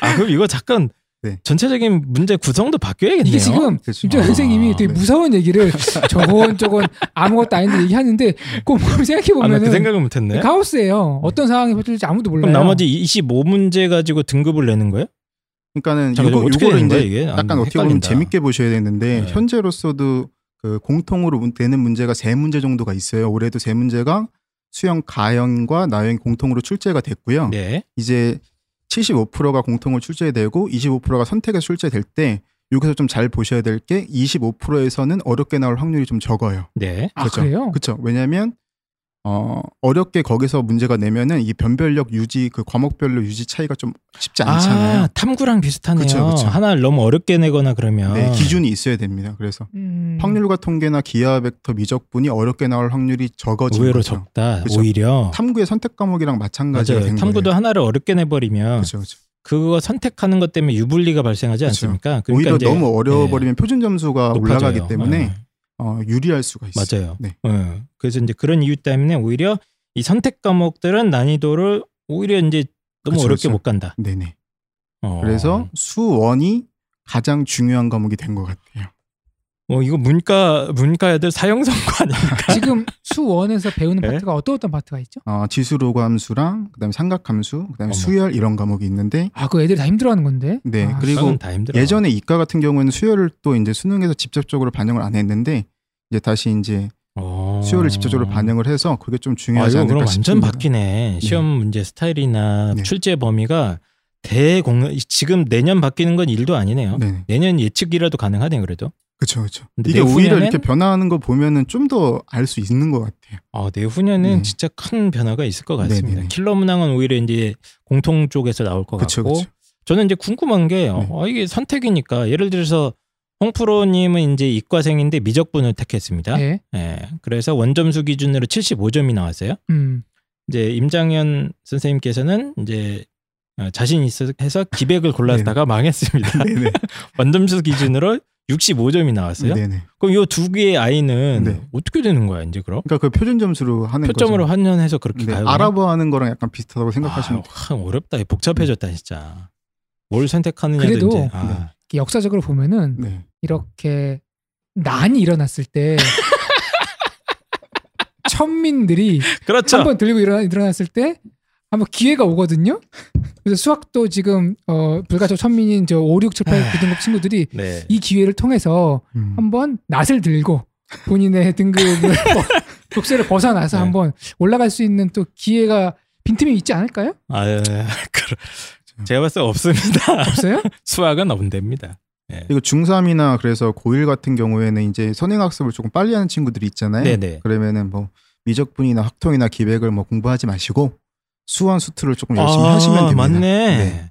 아 그럼 이거 잠깐
네.
전체적인 문제 구성도 바뀌어야겠네요.
이게 지금
그렇죠.
진짜
아,
선생님이 되게
네.
무서운 얘기를 저건 저건 아무것도 아닌데 얘기하는데 꼼꼼히 생각해
아, 나그
보면은
생각을 못했네.
가오스예요. 어떤 상황이 펼쳐질지 아무도 몰라요.
그럼 나머지 25문제 가지고 등급을 내는 거예요?
그러니까는
잠깐
요거,
어떻게
요거를
되는 거야
이제
이게? 안
약간 어떻게 보면
헷갈린다.
재밌게 보셔야 되는데
네.
현재로서도 그 공통으로 문- 되는 문제가 세 문제 정도가 있어요. 올해도 세 문제가 수영 가형과 나형 공통으로 출제가 됐고요.
네.
이제 75%가 공통으로 출제되고 25%가 선택에 출제될 때 여기서 좀 잘 보셔야 될 게 25%에서는 어렵게 나올 확률이 좀 적어요.
네.
아, 그래요?
그렇죠. 왜냐하면 어, 어렵게 거기서 문제가 내면은 이 변별력 유지 그 과목별로 유지 차이가 좀 쉽지 않잖아요.
아, 탐구랑 비슷하네요.
그쵸, 그쵸.
하나를 너무 어렵게 내거나 그러면
네, 기준이 있어야 됩니다. 그래서
음.
확률과 통계나 기하 벡터 미적분이 어렵게 나올 확률이 적어지는
의외로
거죠.
적다.
그렇죠. 그쵸.
오히려
탐구의 선택 과목이랑 마찬가지가
맞아요.
된
탐구도
거예요.
하나를 어렵게 내버리면
그렇죠, 그렇죠.
그거 선택하는 것 때문에 유불리가 발생하지
그쵸.
않습니까? 그러니까
오히려
이제 예.
너무 어려워 버리면 표준 점수가
높아져요.
올라가기 때문에
네.
어, 유리할 수가 있어요.
맞아요.
네.
예. 그래서 이제 그런 이유 때문에 오히려 이 선택 과목들은 난이도를 오히려 이제 너무
그쵸,
어렵게
그쵸.
못 간다.
네네.
어.
그래서 수원이 가장 중요한 과목이 된 것 같아요.
어 이거 문과 문과 애들 사형선고 아닙니까?
지금 수원에서 배우는
네.
파트가 어떤 어떤 파트가 있죠?
어, 지수로감수랑 그다음에 삼각함수, 그다음에
어머.
수열 이런 과목이 있는데,
아, 그 애들 다 힘들어하는 건데.
네
아,
그리고
그건 다 힘들어.
예전에 이과 같은 경우에는 수열을 또 이제 수능에서 직접적으로 반영을 안 했는데 이제 다시 이제
어.
수요를 직접적으로 반영을 해서 그게 좀
아,
중요하지
이거
않을까
그럼 완전
싶습니다.
바뀌네. 시험 문제 스타일이나
네.
출제 범위가 대공 지금 내년 바뀌는 건 일도 아니네요.
네,
내년 예측이라도 가능하네 그래도.
그렇죠, 그렇죠.
근데
이게
내후년엔-
오히려 이렇게 변화하는 거 보면은 좀 더 알 수 있는 것 같아요.
아, 내후년은
네.
진짜 큰 변화가 있을 것 같습니다.
네네네.
킬러 문항은 오히려 이제 공통 쪽에서 나올 것
그렇죠,
같고
그렇죠.
저는 이제 궁금한 게 어, 이게 선택이니까 예를 들어서 홍프로님은 이제 이과생인데 미적분을 택했습니다.
네.
예, 그래서 원점수 기준으로 75점이 나왔어요.
음.
이제 임장현 선생님께서는 이제 어, 자신 있어서 기백을 골랐다가 망했습니다.
네. 네네.
원점수 기준으로 65점이 나왔어요.
네네.
아, 그럼 이 두 개의 아이는
네.
어떻게 되는 거야 이제 그럼?
그러니까 그 표준 점수로 하는
표점으로
거죠.
환전해서 그렇게
네,
가요? 그럼?
아랍어 하는 거랑 약간 비슷하다고 생각하시면 돼요. 네.
아, 참 어렵다. 복잡해졌다 진짜. 뭘 선택하느냐도
그래도
이제 아,
이렇게 역사적으로 보면은
네.
이렇게 난이 일어났을 때 천민들이
네.
그렇죠.
한번 들리고 일어나, 일어났을 때 한번 기회가 오거든요. 그래서 수학도 지금 어, 불가촉 천민인 저 5, 6, 7,
아.
8, 9등급 친구들이
네.
이 기회를 통해서
음.
한번 낯을 들고 본인의 등급을 벗- 독세를 벗어나서
네.
한번 올라갈 수 있는 또 기회가 빈틈이 있지 않을까요?
아, 예, 그러- 제가 봤을 때 없습니다.
없어요?
수학은 안 됩니다.
그리고 중3이나 그래서 고1 같은 경우에는 이제 선행학습을 조금 빨리 하는 친구들이 있잖아요.
네네.
그러면은 뭐 미적분이나 학통이나 기백을 뭐 공부하지 마시고 수원 수투를 조금 열심히
아,
하시면 됩니다.
맞네.
네.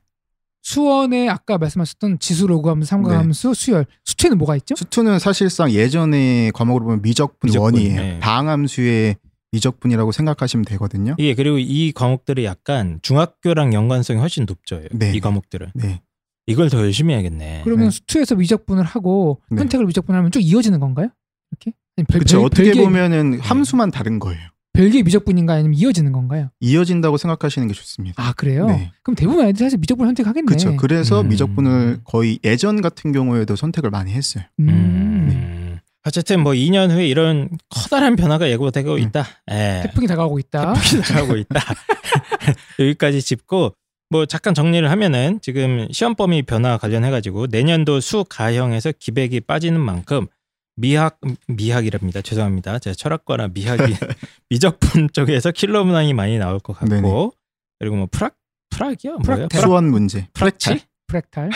수원에 아까 말씀하셨던 지수, 로그함수, 삼각함수, 수열, 수채는 뭐가 있죠?
네. 수투는 사실상 예전의 과목으로 보면 미적분,
미적분,
원이에요.
네.
방함수의 미적분이라고 생각하시면 되거든요.
예, 그리고 이 과목들이 약간 중학교랑 연관성이 훨씬 높죠.
네.
이 과목들은.
네.
이걸 더 열심히 해야겠네.
그러면
네.
수투에서 미적분을 하고
네.
선택을 미적분하면 쭉 이어지는 건가요? 이렇게? 아니, 별,
그렇죠.
별-
어떻게
별개-
보면은 함수만 다른 거예요.
별개 미적분인가요? 아니면 이어지는 건가요?
이어진다고 생각하시는 게 좋습니다.
아 그래요?
네.
그럼 대부분 아이들이 사실 미적분을 선택하겠네.
그렇죠. 그래서
음.
미적분을 거의 예전 같은 경우에도 선택을 많이 했어요.
음.
네.
음. 어쨌든 뭐 2년 후에 이런 커다란 변화가 예고되고
음.
있다. 예.
태풍이 다가오고 있다.
하고 있다. 여기까지 짚고 뭐 잠깐 정리를 하면은 지금 시험 범위 변화 관련해 가지고 내년도 수가형에서 기백이 빠지는 만큼 미학 미학이랍니다. 죄송합니다. 제가 철학과나 미학이 미적분 쪽에서 킬러 문항이 많이 나올 것 같고
네네.
그리고 뭐 프락 프락이요 뭐예요?
프락탈.
수원 문제. 프랙탈.
프랙탈.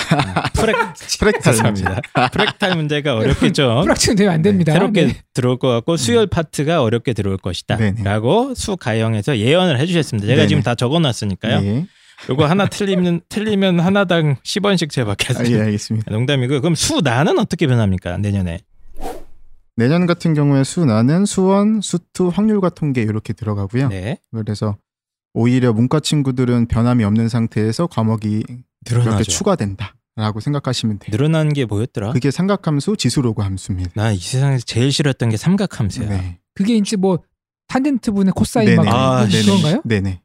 프랙
프랙탈입니다.
죄송합니다. 프랙탈 문제가 어렵게 좀
프락치는 되면 안 됩니다.
새롭게
네.
들어올 것 같고 수열 파트가 어렵게 들어올 것이다.
네네.
라고 수가형에서 예언을 해주셨습니다. 제가
네네.
지금 다 적어놨으니까요.
예.
요거 하나 틀리면 틀리면 하나당 10원씩
아,
제밖에
예,
요
알겠습니다.
농담이고요. 그럼 수나는 어떻게 변합니까 내년에?
내년 같은 경우에 수나는 수원, 수투, 확률과 통계 이렇게 들어가고요.
네
그래서 오히려 문과 친구들은 변함이 없는 상태에서 과목이 이렇게
늘어나죠.
추가된다라고 생각하시면 돼요.
늘어난 게 뭐였더라?
그게 삼각함수 지수로그 함수입니다.
나 이 세상에서 제일 싫었던 게 삼각함수야.
네.
그게 이제 뭐 탄젠트 분의 코사인
네네.
막
아,
그런
네네.
건가요?
네네.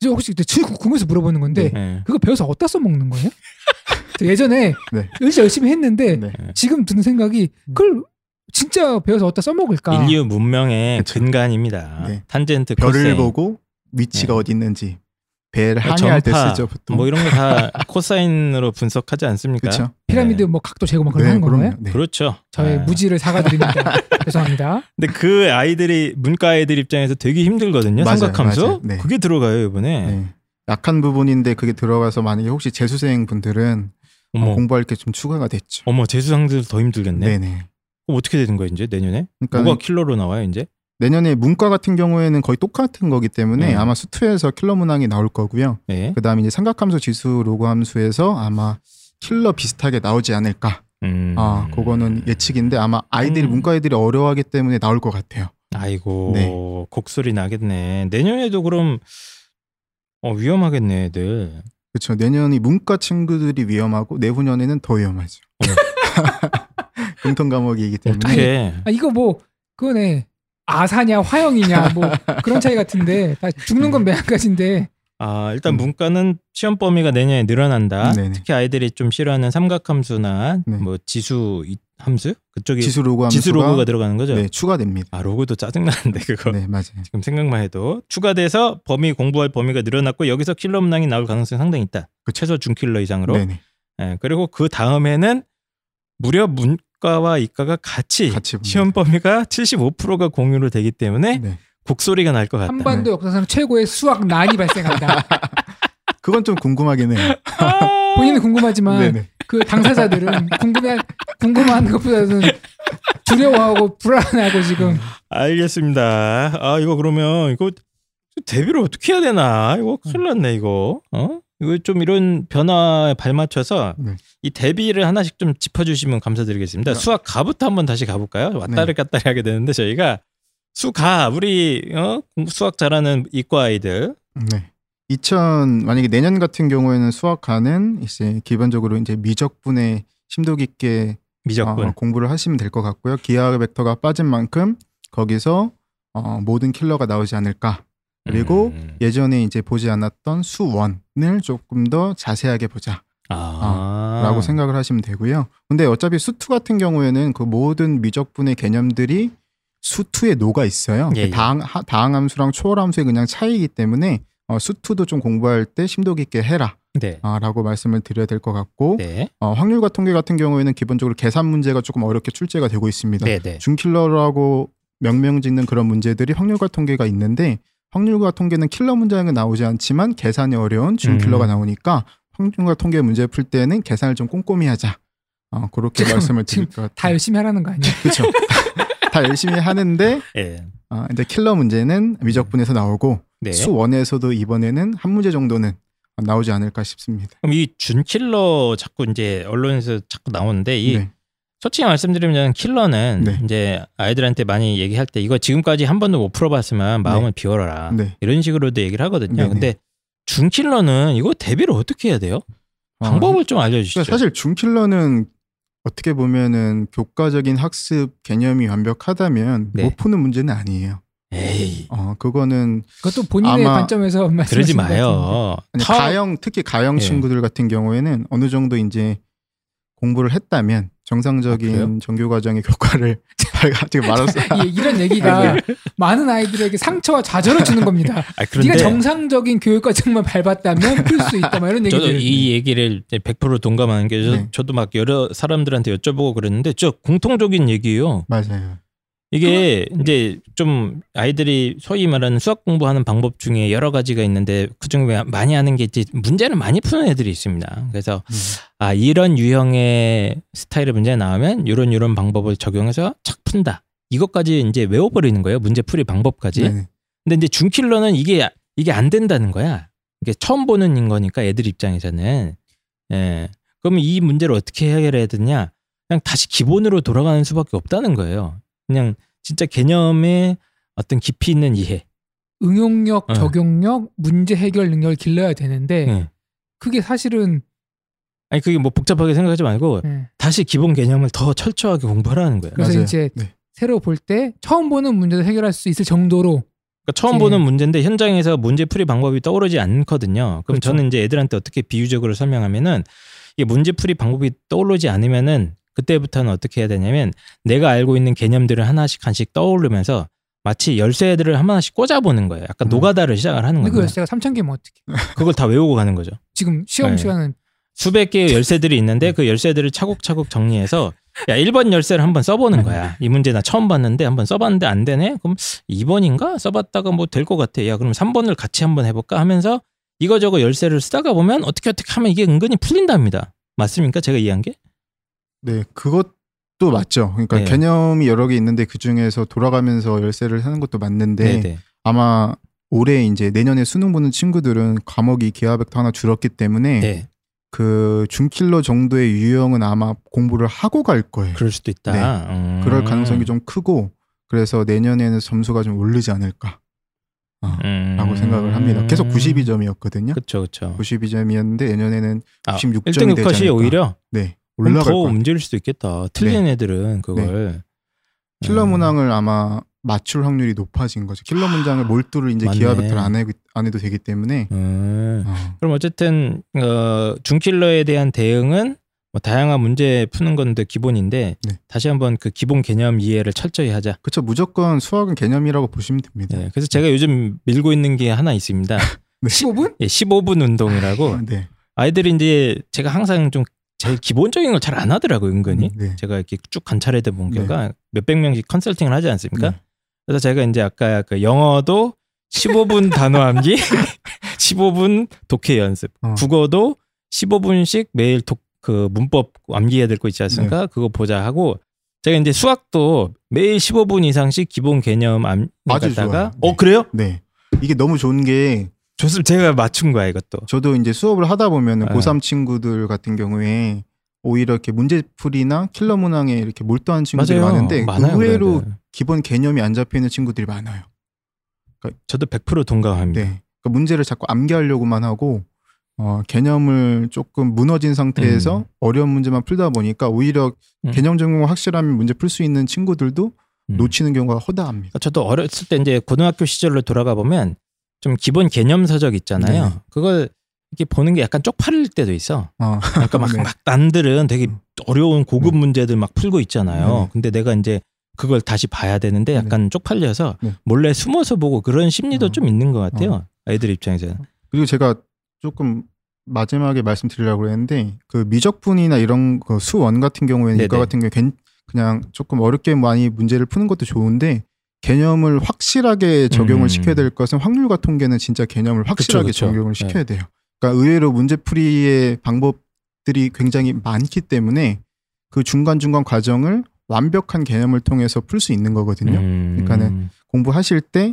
저 혹시 그때 지금 궁금해서 물어보는 건데
네.
그거 배워서 어디다 써먹는 거예요? 저 예전에
네.
의지 열심히 했는데
네.
지금 드는 생각이 그걸 진짜 배워서 어디다 써먹을까?
인류 문명의
그쵸.
근간입니다.
네.
탄젠트,
별을
코사인,
보고 위치가
네.
어디 있는지 배를
뭐
항해할 때
전파,
쓰죠 보통.
뭐 이런 거 다 코사인으로 분석하지 않습니까? 네.
그렇죠.
피라미드 뭐 각도 재고 막 그런 거 하는 건가요?
네.
그렇죠.
저의
아.
무지를 사과드립니다. 죄송합니다.
근데 그 아이들이 문과 아이들 입장에서 되게 힘들거든요.
맞아요,
삼각함수
맞아요. 네.
그게 들어가요 이번에.
네. 약한 부분인데 그게 들어가서 만약에 혹시 재수생 분들은
어머
아, 공부할 게 좀 추가가 됐죠.
어머 재수상들 더 힘들겠네.
네, 네.
그럼 어떻게 되는 거야 이제 내년에?
그러니까
뭐가 킬러로 나와요 이제?
내년에 문과 같은 경우에는 거의 똑같은 거기 때문에
네.
아마 수투에서 킬러 문항이 나올 거고요.
네.
그다음에 이제 삼각함수 지수 로그 함수에서 아마 킬러 비슷하게 나오지 않을까.
음.
아, 그거는 예측인데 아마 아이들이
음.
문과 애들이 어려워하기 때문에 나올 것 같아요.
아이고
네.
곡소리 나겠네. 내년에도 그럼 어, 위험하겠네 애들.
그렇죠. 내년이 문과 친구들이 위험하고 내후년에는 더 위험하죠.
어.
공통 과목이기
네,
때문에.
어떻게?
아 이거 뭐 그거네 아사냐 화영이냐 뭐 그런 차이 같은데 다 죽는
네.
건 매한가지인데
아 일단
음.
문과는 시험 범위가 내년에 늘어난다.
네네.
특히 아이들이 좀 싫어하는 삼각함수나
네.
뭐 지수 이- 함수 그쪽이
지수 로그 함수가
지수 로그가 들어가는 거죠. 어.
네, 추가됩니다.
아 로그도 짜증나는데 그거.
네, 맞아요.
지금 생각만 해도 추가돼서 범위 공부할 범위가 늘어났고 여기서 킬러 문항이 나올 가능성이 상당히 있다. 그 최소 중킬러 이상으로.
네, 네.
예, 그리고 그 다음에는 무려 문과와 이과가 같이
같이 봅니다.
시험 범위가 75%가 공유로 되기 때문에
네.
곡소리가 날 것 같다.
한반도 역사상 최고의 수학 난이 발생한다.
그건 좀 궁금하긴 해요.
아,
본인은 궁금하지만
네, 네.
그 당사자들은 궁금해 궁금한 것보다는 두려워하고 불안하고 지금
알겠습니다. 아 이거 그러면 이거 대비를 어떻게 해야 되나? 이거 큰일 났네 이거. 어? 이거 좀 이런 변화에 발맞춰서
네.
이 대비를 하나씩 좀 짚어주시면 감사드리겠습니다.
네.
수학 가부터 한번 다시 가볼까요? 왔다리 갔다리 하게 되는데 저희가 수가 우리 어? 수학 잘하는 이과 아이들
네. 2000 만약에 내년 같은 경우에는 수학하는 이제 기본적으로 이제 미적분에 심도 깊게
미적분
어, 공부를 하시면 될 것 같고요. 기하 벡터가 빠진 만큼 거기서 어, 모든 킬러가 나오지 않을까. 그리고
음.
예전에 이제 보지 않았던 수원을 조금 더 자세하게 보자.
아.
라고 생각을 하시면 되고요. 근데 어차피 수투 같은 경우에는 그 모든 미적분의 개념들이 수투에 녹아 있어요.
예, 예.
다항, 하- 다항함수랑 초월함수의 그냥 차이이기 때문에 어, 수투도 좀 공부할 때 심도 깊게 해라.
네.
아, 라고 말씀을 드려야 될 것 같고
네.
어, 확률과 통계 같은 경우에는 기본적으로 계산 문제가 조금 어렵게 출제가 되고 있습니다.
네. 네.
중킬러라고 명명짓는 그런 문제들이 확률과 통계가 있는데 확률과 통계는 킬러 문제는 나오지 않지만 계산이 어려운 중킬러가
음.
나오니까 확률과 통계 문제 풀 때는 계산을 좀 꼼꼼히 하자. 어, 그렇게
지금-
말씀을
지금
드릴 것 같아요.
다 열심히 하라는 거 아니에요?
그렇죠. 다 열심히 하는데
예.
아, 근데 킬러 문제는 미적분에서 나오고
네.
수원에서도 이번에는 한 문제 정도는 나오지 않을까 싶습니다.
그럼 이 준킬러 자꾸 이제 언론에서 자꾸 나오는데 이
네.
솔직히 말씀드리면 킬러는
네.
이제 아이들한테 많이 얘기할 때 이거 지금까지 한 번도 못 풀어봤으면 마음을 비워라
네.
이런 식으로도 얘기를 하거든요.
네네.
근데 준킬러는 이거 대비를 어떻게 해야 돼요?
어,
방법을 좀 알려주시죠.
사실 중킬러는 그러니까 어떻게 보면은 교과적인 학습 개념이 완벽하다면
네.
못 푸는 문제는 아니에요.
에이
어 그거는
그것도 본인의
아마
관점에서 말씀하신
그러지
것 같은데.
마요.
아니,
터-
가영 특히 가영
예.
친구들 같은 경우에는 어느 정도 이제 공부를 했다면
아,
정상적인
그래요? 예.
정규 과정의 교과를 발가 지금 말았어.
이- 이런 얘기가
네.
아이고.
많은 아이들에게 상처와 좌절을 주는 겁니다.
아, 그런데
네가 정상적인 교육 과정만 밟았다면 풀 수 있다 막 이런 얘기.
저도 이 얘기를 이제 100% 동감하는 게 저,
네.
도막 여러 사람들한테 여쭤보고 그랬는데 저 공통적인 얘기예요.
맞아요.
이게 이제 좀 아이들이 소위 말하는 수학 공부하는 방법 중에 여러 가지가 있는데 그중에 많이 하는 게 이제 문제를 많이 푸는 애들이 있습니다. 그래서
음.
아 이런 유형의 스타일의 문제 나오면 이런 이런 방법을 적용해서 착 푼다. 이것까지 이제 외워버리는 거예요. 문제 풀이 방법까지.
네네.
근데 이제 중킬러는 이게 이게 안 된다는 거야. 이게 처음 보는 거니까 애들 입장에서는. 예. 그러면 이 문제를 어떻게 해결해야 되냐? 그냥 다시 기본으로 돌아가는 수밖에 없다는 거예요. 그냥 진짜 개념의 어떤 깊이 있는 이해.
응용력,
네.
적용력, 문제 해결 능력을 길러야 되는데
예.
그게 사실은
아니 그게 뭐 복잡하게 생각하지 말고
예.
다시 기본 개념을 더 철저하게 공부하라는 거예요.
그래서
맞아요.
이제
네.
새로 볼 때 처음 보는 문제도 해결할 수 있을 정도로
그러니까 처음
예.
보는 문제인데 현장에서 문제 풀이 방법이 떠오르지 않거든요. 그럼
그렇죠.
저는 이제 애들한테 어떻게 비유적으로 설명하면은 이게 문제 풀이 방법이 떠오르지 않으면은 그때부터는 어떻게 해야 되냐면 내가 알고 있는 개념들을 하나씩 한씩 떠오르면서 마치 열쇠들을 하나씩 꽂아보는 거예요. 약간
음.
노가다를 시작을 하는
근데 그
거예요.
열쇠가 3천 개면 어떻게?
그걸 다 외우고 가는 거죠.
지금 시험
네.
시간은
수백 개의 열쇠들이 있는데 그 열쇠들을 차곡차곡 정리해서 야 1번 열쇠를 한번 써보는 거야. 이 문제 나 처음 봤는데 한번 써봤는데 안 되네. 그럼 2번인가 써봤다가 뭐 될 것 같아. 야 그럼 3번을 같이 한번 해볼까 하면서 이거저거 열쇠를 쓰다가 보면 어떻게 어떻게 하면 이게 은근히 풀린답니다. 맞습니까? 제가 이해한 게?
네, 그것도 맞죠. 그러니까
네.
개념이 여러 개 있는데 그 중에서 돌아가면서 열쇠를 하는 것도 맞는데
네.
아마 올해 이제 내년에 수능 보는 친구들은 과목이 기하백터 하나 줄었기 때문에
네,
그 중킬러 정도의 유형은 아마 공부를 하고 갈 거예요.
그럴 수도 있다.
네.
음.
그럴 가능성이 좀 크고 그래서 내년에는 점수가 좀 오르지 않을까라고
음.
생각을 합니다. 계속 92점이었거든요.
그렇죠, 그렇죠.
92점이었는데 내년에는
아,
96 점이
1등
되지
컷이
않을까.
오히려
네
그럼
올라갈
더
거 같아요.
움직일 수도 있겠다. 틀린 애들은 그걸
킬러
음.
문항을 아마 맞출 확률이 높아진 거죠. 킬러 문장을 몰두를 이제
맞네.
기하백터를 안, 해, 안 해도 되기 때문에
음.
어,
그럼 어쨌든 어, 중킬러에 대한 대응은 뭐 다양한 문제 푸는 건데 기본인데
네.
다시 한번 그 기본 개념 이해를 철저히 하자.
그쵸 무조건 수학은 개념이라고 보시면 됩니다.
네, 그래서 제가 요즘 밀고 있는 게 하나 있습니다.
네.
15분?
예, 15분 운동이라고
아, 네.
아이들이 이제 제가 항상 좀 제일 기본적인 걸 잘 안 하더라고 요 은근히.
네.
제가 이렇게 쭉 관찰해 본 결과 몇백 명씩 컨설팅을 하지 않습니까?
네.
그래서 제가 이제 아까 그 영어도 15분 단어 암기, 15분 독해 연습,
어.
국어도 15분씩 매일 독, 그 문법 암기해야 될 거 있지
네.
않습니까? 그거 보자 하고 제가 이제 수학도 매일 15분 이상씩 기본 개념 암기
아주
갖다가
좋아요.
어 그래요?
네. 이게 너무 좋은 게
좋습니다. 제가 맞춘 거야 이것도.
저도 이제 수업을 하다 보면
네.
고3 친구들 같은 경우에 오히려 이렇게 문제풀이나 킬러 문항에 이렇게 몰두한 친구들이
맞아요.
많은데
많아요, 네,
의외로
그래도.
기본 개념이 안 잡히는 친구들이 많아요.
저도 100% 동감합니다.
네. 그러니까 문제를 자꾸 암기하려고만 하고 어, 개념을 조금 무너진 상태에서
음.
어려운 문제만 풀다 보니까 오히려
음.
개념 전공을 확실하면 문제 풀 수 있는 친구들도
음.
놓치는 경우가 허다합니다.
그러니까 저도 어렸을 때 이제 고등학교 시절로 돌아가 보면 좀 기본 개념 서적 있잖아요.
네.
그걸 이렇게 보는 게 약간 쪽팔릴 때도 있어.
어.
그러니까 막,
네.
막 남들은 되게
음.
어려운 고급
네.
문제들 막 풀고 있잖아요.
네네.
근데 내가 이제 그걸 다시 봐야 되는데 약간 쪽팔려서
네.
몰래 숨어서 보고 그런 심리도
어.
좀 있는 것 같아요. 아이들 입장에서는.
그리고 제가 조금 마지막에 말씀드리려고 했는데 그 미적분이나 이런 그 수원 같은 경우에는 이과
네네.
같은 경우에 괜- 그냥 조금 어렵게 많이 문제를 푸는 것도 좋은데 개념을 확실하게 적용을
음.
시켜야 될 것은 확률과 통계는 진짜 개념을 확실하게
그쵸.
적용을
네.
시켜야 돼요. 그러니까 의외로 문제풀이의 방법들이 굉장히 많기 때문에 그 중간중간 과정을 완벽한 개념을 통해서 풀 수 있는
음.
거거든요. 그러니까는 공부하실 때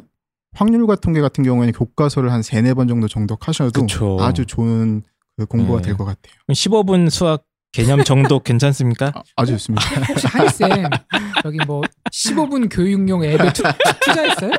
확률과 통계 같은 경우에는 교과서를 한 세네 번 정도 정독하셔도
그쵸.
아주 좋은 그 공부가
네.
될 것 같아요.
15분 수학 개념 정도 괜찮습니까?
아, 아주 좋습니다.
혹시 한이쌤 저기 뭐 15분 교육용 앱에 투, 투자했어요?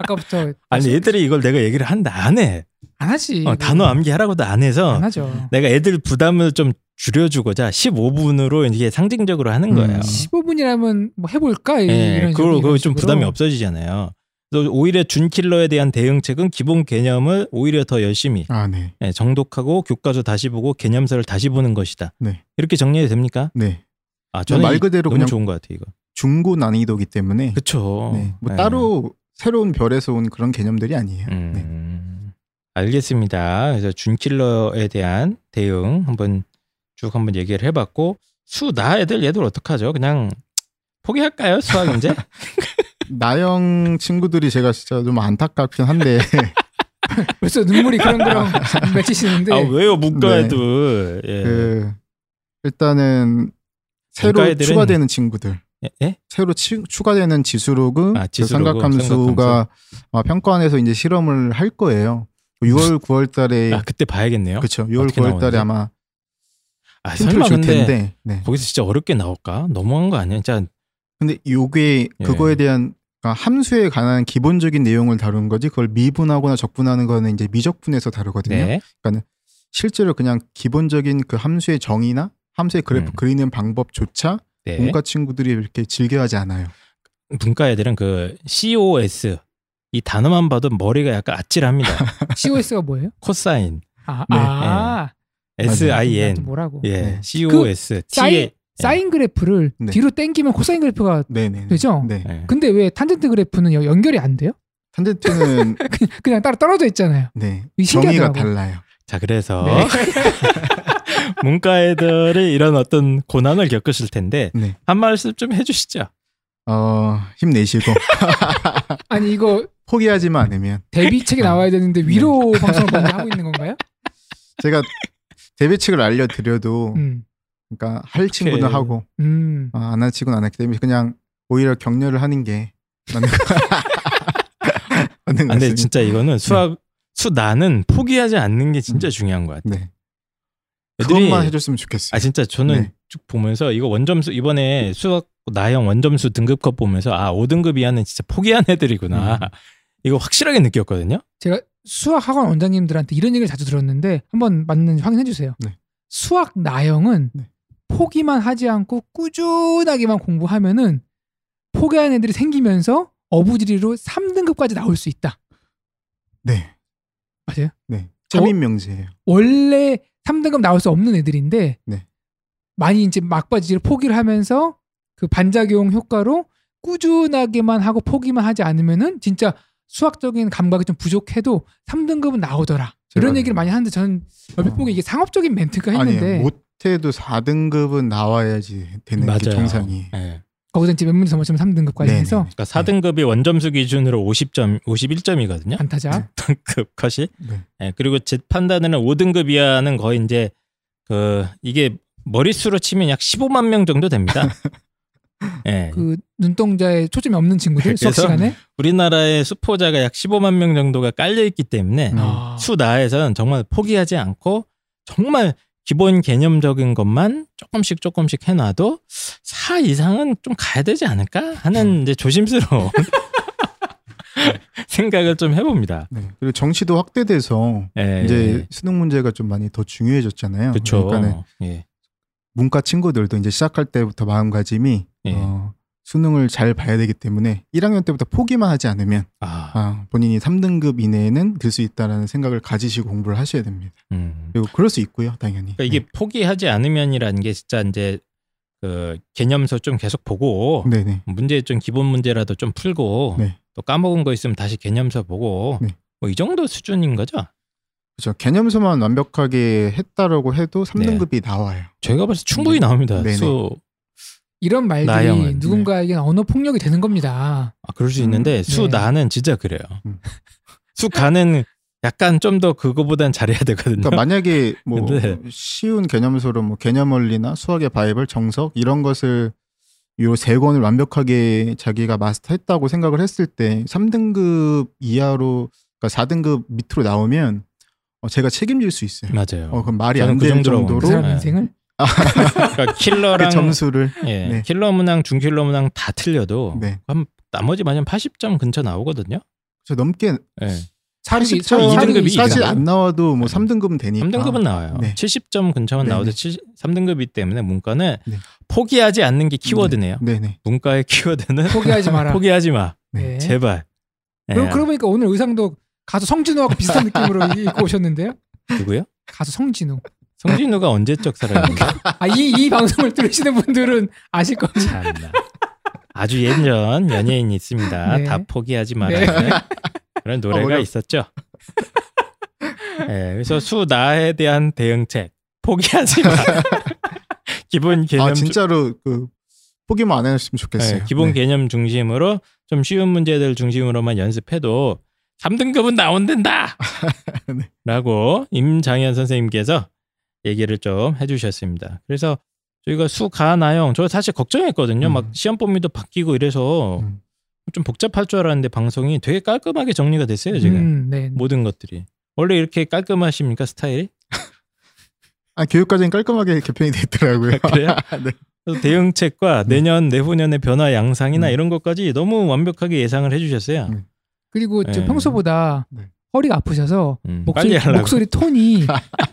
아까부터
아니 얘들이 이걸 내가 얘기를 하는데 안 해.
안 하지.
네.
어, 단어 암기하라고도 안 해서
안 하죠.
내가 애들 부담을 좀 줄여주고자 15분으로 이게 상징적으로 하는
음.
거예요.
15분이라면 뭐 해볼까? 이-
예, 그걸
이런 식으로,
그거
이런
좀
식으로.
부담이 없어지잖아요. 그래서 오히려 준킬러에 대한 대응책은 기본 개념을 오히려 더 열심히
아, 네.
예, 정독하고 교과서 다시 보고 개념서를 다시 보는 것이다.
네.
이렇게 정리해도 됩니까?
네.
아, 저는
말
이-
그대로
너무
그냥
좋은 것 같아요, 이거.
중고 난이도기 때문에
그쵸.
네. 뭐
예.
따로 새로운 별에서 온 그런 개념들이 아니에요. 네.
음, 알겠습니다. 그래서 준킬러에 대한 대응 한번 쭉 한번 얘기를 해봤고 수나 애들 얘들 어떡하죠? 그냥 포기할까요 수학 문제?
나영 친구들이 제가 진짜 좀 안타깝긴 한데
벌써 눈물이 그렁그렁 맺히시는데
아 왜요 문과
네.
애들? 예.
그 일단은 새로
문과 그러니까 애들은-
추가되는 친구들
예? 예?
새로 치- 추가되는 지수로그,
아,
그
지수로그,
삼각함수가 어, 평가원에서 이제 실험을 할 거예요. 6월 9월 달에
아 그때 봐야겠네요.
그렇죠. 6월
어떻게
9월 달에
나오는지?
아마
아
힌트를
설마
줄
근데
텐데. 네.
거기서 진짜 어렵게 나올까? 너무한 거 네. 아니야? 진짜
근데 요게
예.
그거에 대한 그러니까 함수에 관한 기본적인 내용을 다룬 거지 그걸 미분하거나 적분하는 거는 이제 미적분에서 다루거든요.
네.
실제로 그냥 기본적인 그 함수의 정의나 함수의 그래프
음.
그리는 방법조차
네.
문과 친구들이 이렇게 즐겨하지 않아요.
문과 애들은 그 COS 이 단어만 봐도 머리가 약간 아찔합니다.
COS가 뭐예요?
코사인,
아,
네.
아 또
네. SIN,
뭐라고?
예,
네.
COS,
사인-
T에
예. 사인 그래프를
네.
뒤로 땡기면 코사인 그래프가
네네.
되죠?
네.
예.
근데 왜 탄젠트 그래프는 여- 연결이 안 돼요?
탄젠트는
그냥, 그냥 따로 떨어져 있잖아요.
네
이게
정의가
신기하더라고.
달라요.
자 그래서
네.
문과 애들이 이런 어떤 고난을 겪으실 텐데
네.
한 말씀 좀 해주시죠. 아,
어 힘내시고
아니 이거
포기하지만 않으면
데뷔책에
아.
나와야 되는데 위로
네.
방송을 먼저 하고 있는 건가요?
제가 대비책을 알려드려도
음.
그러니까 할 친구는
어떡해.
하고
음.
아, 안할 친구는 안 했기 때문에 그냥 오히려 격려를 하는 게 맞는 거
아,
맞는 것
근데
같습니다. 네.
진짜 이거는 수학 수 나는 포기하지 않는 게 진짜 중요한 것 같아요.
네.
애들이-
그것만 해줬으면
아
좋겠어요.
진짜 저는
네.
쭉 보면서 이거 원점수 이번에 수학 나형 원점수 등급컷 보면서 아 5등급 이하는 진짜 포기한 애들이구나
음. 네,
이거 확실하게 느꼈거든요.
제가 수학 학원 원장님들한테 이런 얘기를 자주 들었는데 한번 맞는지 확인해 주세요.
네.
수학 나형은
네.
포기만 하지 않고 꾸준하게만 공부하면은 포기한 애들이 생기면서 어부지리로 3등급까지 나올 수 있다.
네.
맞아요?
네.
저-
참인명제예요.
원래 3등급 나올 수 없는 애들인데
네.
많이 이제 막바지를 포기를 하면서 그 반작용 효과로 꾸준하게만 하고 포기만 하지 않으면은 진짜 수학적인 감각이 좀 부족해도 3등급은 나오더라. 이런
제가요.
얘기를 많이 하는데 저는 얼핏
어.
보기 이게 상업적인 멘트가 했는데
아니 못해도 4등급은 나와야지 되는 게그 정상이.
예.
거기서 이제 몇 문제 넘어지면 3등급까지
네네.
해서
그러니까 4등급이 원점수 기준으로 50점 51점이거든요.
안타자.
네.
등급 컷이
네.
예, 그리고 제 판단에는 5등급 이하는 거의 이제 그 이게 머릿수로 치면 약 15만 명 정도 됩니다. 예.
그 눈동자에 초점이 없는 친구들 수업
그래서-
시간에
우리나라의 수포자가 약 15만 명 정도가 깔려 있기 때문에
음.
아.
수나에서는 정말 포기하지 않고 정말 기본 개념적인 것만 조금씩 조금씩 해놔도 4 이상은 좀 가야 되지 않을까
음.
하는 이제 조심스러운 생각을 좀 해봅니다.
네. 그리고 정시도 확대돼서
예,
이제 수능 문제가 좀 많이 더 중요해졌잖아요.
그렇죠.
그러니까는
예.
문과 친구들도 이제 시작할 때부터 마음가짐이
예.
어, 수능을 잘 봐야 되기 때문에 1학년 때부터 포기만 하지 않으면
아,
아, 본인이 3등급 이내에는 들 수 있다라는 생각을 가지시고 공부를 하셔야 됩니다.
음.
그리고 그럴 수 있고요, 당연히.
그러니까 이게 포기하지 않으면이라는 게 진짜 이제 그 개념서 좀 계속 보고
네, 네,
문제 좀 기본 문제라도 좀 풀고
네.
또 까먹은 거 있으면 다시 개념서 보고
네.
뭐 이 정도 수준인 거죠.
그렇죠. 개념서만 완벽하게 했다라고 해도
네.
3등급이 나와요.
저희가 벌써 충분히
네.
나옵니다.
네네.
수
이런 말들이
나형은, 네.
누군가에겐 언어 폭력이 되는 겁니다.
아, 그럴 수
음,
있는데 수
네.
나는 진짜 그래요.
음.
수 가는 약간 좀 더 그거보단 잘해야 되거든요.
그러니까 만약에 뭐
네.
쉬운 개념서로 뭐 개념원리나 수학의 바이블, 정석 이런 것을 요 세 권을 완벽하게 자기가 마스터했다고 생각을 했을 때 3등급 이하로 그러니까 4등급 밑으로 나오면 어, 제가 책임질 수 있어요.
맞아요.
어, 그럼 말이
음. 저는
안
그
되는
정도라고
그
정도로
생각해요.
사람
네.
인생을
그러니까
그
킬러랑
점수를
예,
네.
킬러 문항, 중킬러 문항 다 틀려도
네.
한 나머지 마냥 80점 근처 나오거든요.
저 넘게
예.
사립이
30점
사립이
이등급이
있어요.
사실
있잖아요.
안 나와도
네.
뭐 3등급은 되니까.
3등급은 나와요.
네.
70점 근처만
네네.
나오죠. 70, 3등급이기 때문에 문과는
네.
포기하지 않는 게 키워드네요.
네네. 아,
문과의 키워드는
포기하지 마라.
포기하지 마.
네.
제발. 예,
그럼 그러고 보니까 오늘 의상도 가수 성진우하고 비슷한 느낌으로 입고 오셨는데요.
누구요?
가수 성진우.
성진우가 언제적 사람인가?
아이이 방송을 들으시는 분들은 아실
네,
겁니다.
참나. 아주 예전 연예인이 있습니다.
네.
다 포기하지 마라. 그런 노래가
어려워.
있었죠. 예, 그래서 수나에 대한 대응책 포기하지 마. 기본 개념
아 진짜로 그 포기만 안 했으면 좋겠어요.
네, 기본
네.
개념 중심으로 좀 쉬운 문제들 중심으로만 연습해도 3등급은 나온댄다!
네.
라고 임장현 선생님께서 얘기를 좀 해주셨습니다. 그래서 저희가 수가 나형 저 사실 걱정했거든요.
음.
막 시험 범위도 바뀌고 이래서
음.
좀 복잡할 줄 알았는데 방송이 되게 깔끔하게 정리가 됐어요. 지금 뭐-
음, 네.
모든 것들이 원래 이렇게 깔끔하십니까 스타일이?
아 교육과정이 깔끔하게 개편이 돼 있더라고요.
그래요?
네.
그래서 대응책과 내년 내후년의 변화 양상이나
음.
이런 것까지 너무 완벽하게 예상을 해주셨어요.
음.
그리고 저
네.
평소보다
네.
허리가 아프셔서
음,
목소리,
빨리 하려고.
목소리 톤이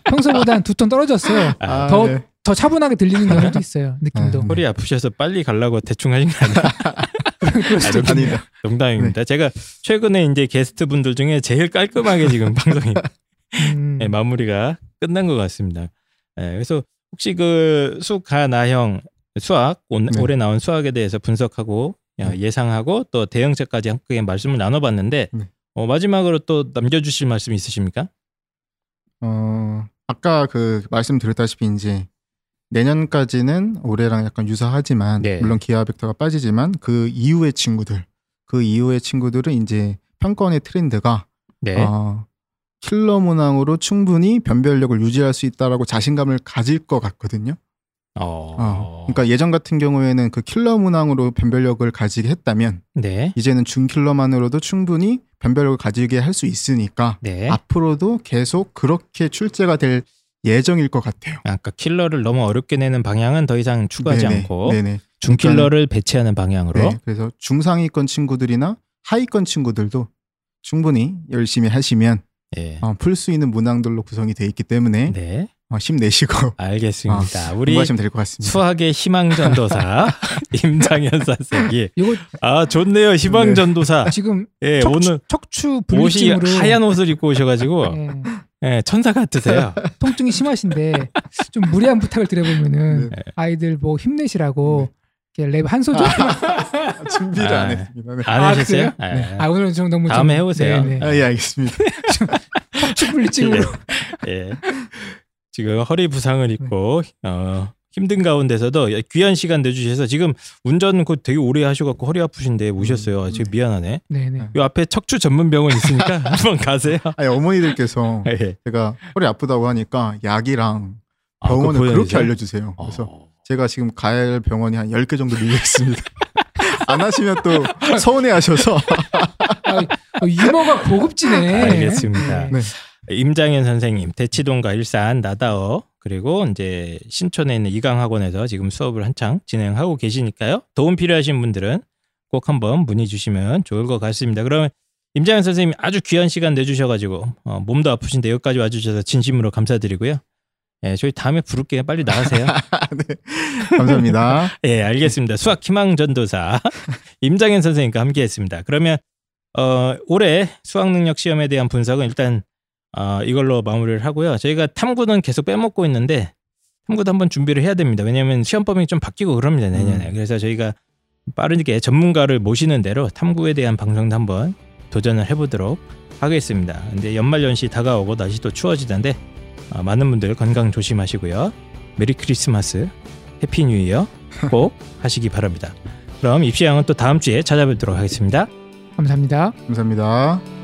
평소보다 두 톤 떨어졌어요.
아,
더-
네.
더 차분하게 들리는 경우도 있어요. 느낌도.
네.
허리 아프셔서 빨리 가려고 대충 하신 거 아니에요?
그럴 수도 있
아니다. 네.
농담입니다. 제가 최근에 이제 게스트 분들 중에 제일 깔끔하게 지금 방송이
음,
네, 마무리가 끝난 것 같습니다. 네, 그래서 혹시 그 수가나형 수학 온-
네.
올해 나온 수학에 대해서 분석하고 야,
네.
예상하고 또 대응책까지 함께 말씀을 나눠봤는데
네.
어, 마지막으로 또 남겨주실 말씀 있으십니까?
어 아까 그 말씀드렸다시피 이제 내년까지는 올해랑 약간 유사하지만
네.
물론 기아 벡터가 빠지지만 그 이후의 친구들 그 이후의 친구들은 이제 평권의 트렌드가
네.
어, 킬러 문항으로 충분히 변별력을 유지할 수 있다라고 자신감을 가질 것 같거든요.
어.
어, 그러니까 예전 같은 경우에는 그 킬러 문항으로 변별력을 가지게 했다면
네.
이제는 준킬러만으로도 충분히 변별력을 가지게 할 수 있으니까
네.
앞으로도 계속 그렇게 출제가 될 예정일 것 같아요.
아까 킬러를 너무 어렵게 내는 방향은 더 이상 추가하지
네네,
않고
네네.
중킬러를 배치하는 방향으로
네, 그래서 중상위권 친구들이나 하위권 친구들도 충분히 열심히 하시면 어,
예.
풀 수 있는 문항들로 구성이 돼 있기 때문에
네,
어, 힘내시고
알겠습니다. 우리
뭐 공부하시면 될 것 같습니다.
수학의 희망전도사 임장현 선생님.
요거
아 좋네요, 희망전도사.
지금
예,
척,
오늘
척추
옷이
불규증으로
하얀 옷을 입고 오셔가지고
예,
예, 천사 같으세요.
통증이 심하신데 좀 무리한 부탁을 드려보면은
네.
아이들 뭐 힘내시라고
네.
이렇게 랩 한 소절
준비를
아.
안 했습니다. 네.
안
아,
하셨어요?
그래요? 아 오늘은 좀 너무
네. 다음에
좀,
해보세요. 네.
네, 네.
아, 예, 알겠습니다.
척추 불규증으로
예. 예. 지금 허리 부상을 입고 어, 힘든 가운데서도 예, 귀한 시간 내주셔서 지금 운전 곧 되게 오래 하셔갖고 허리 아프신데 오셨어요. 아, 지금 미안하네.
네네
요 앞에 척추 전문 병원 있으니까 한번 가세요.
아니, 어머니들께서
예.
제가 허리 아프다고 하니까 약이랑
아, 그거
병원을 그렇게
보여주세요.
알려주세요. 그래서
어.
제가 지금 가야 할 병원이 한 10개 정도 밀려 있습니다. 안 하시면 또 서운해하셔서
어, 유머가 고급지네
알겠습니다.
네.
임장현 선생님, 대치동과 일산 나다어 그리고 이제 신촌에 있는 이강학원에서 지금 수업을 한창 진행하고 계시니까요. 도움 필요하신 분들은 꼭 한번 문의 주시면 좋을 것 같습니다. 그러면 임장현 선생님 아주 귀한 시간 내주셔가지고 어, 몸도 아프신데 여기까지 와주셔서 진심으로 감사드리고요. 예, 저희 다음에 부를게요. 빨리 나가세요.
아, 네. 감사합니다.
예, 알겠습니다. 수학 희망 전도사 임장현 선생님과 함께했습니다. 그러면 어, 올해 수학 능력 시험에 대한 분석은 일단 어, 이걸로 마무리를 하고요. 저희가 탐구는 계속 빼먹고 있는데 탐구도 한번 준비를 해야 됩니다. 왜냐하면 시험 범위 좀 바뀌고 그럽니다 내년에.
음.
그래서 저희가 빠르게 전문가를 모시는 대로 탐구에 대한 방송도 한번 도전을 해보도록 하겠습니다. 근데 연말연시 다가오고 날씨 또 추워지던데 어, 많은 분들 건강 조심하시고요. 메리 크리스마스, 해피 뉴 이어 꼭 하시기 바랍니다. 그럼 입시양은 또 다음 주에 찾아뵙도록 하겠습니다.
감사합니다
감사합니다.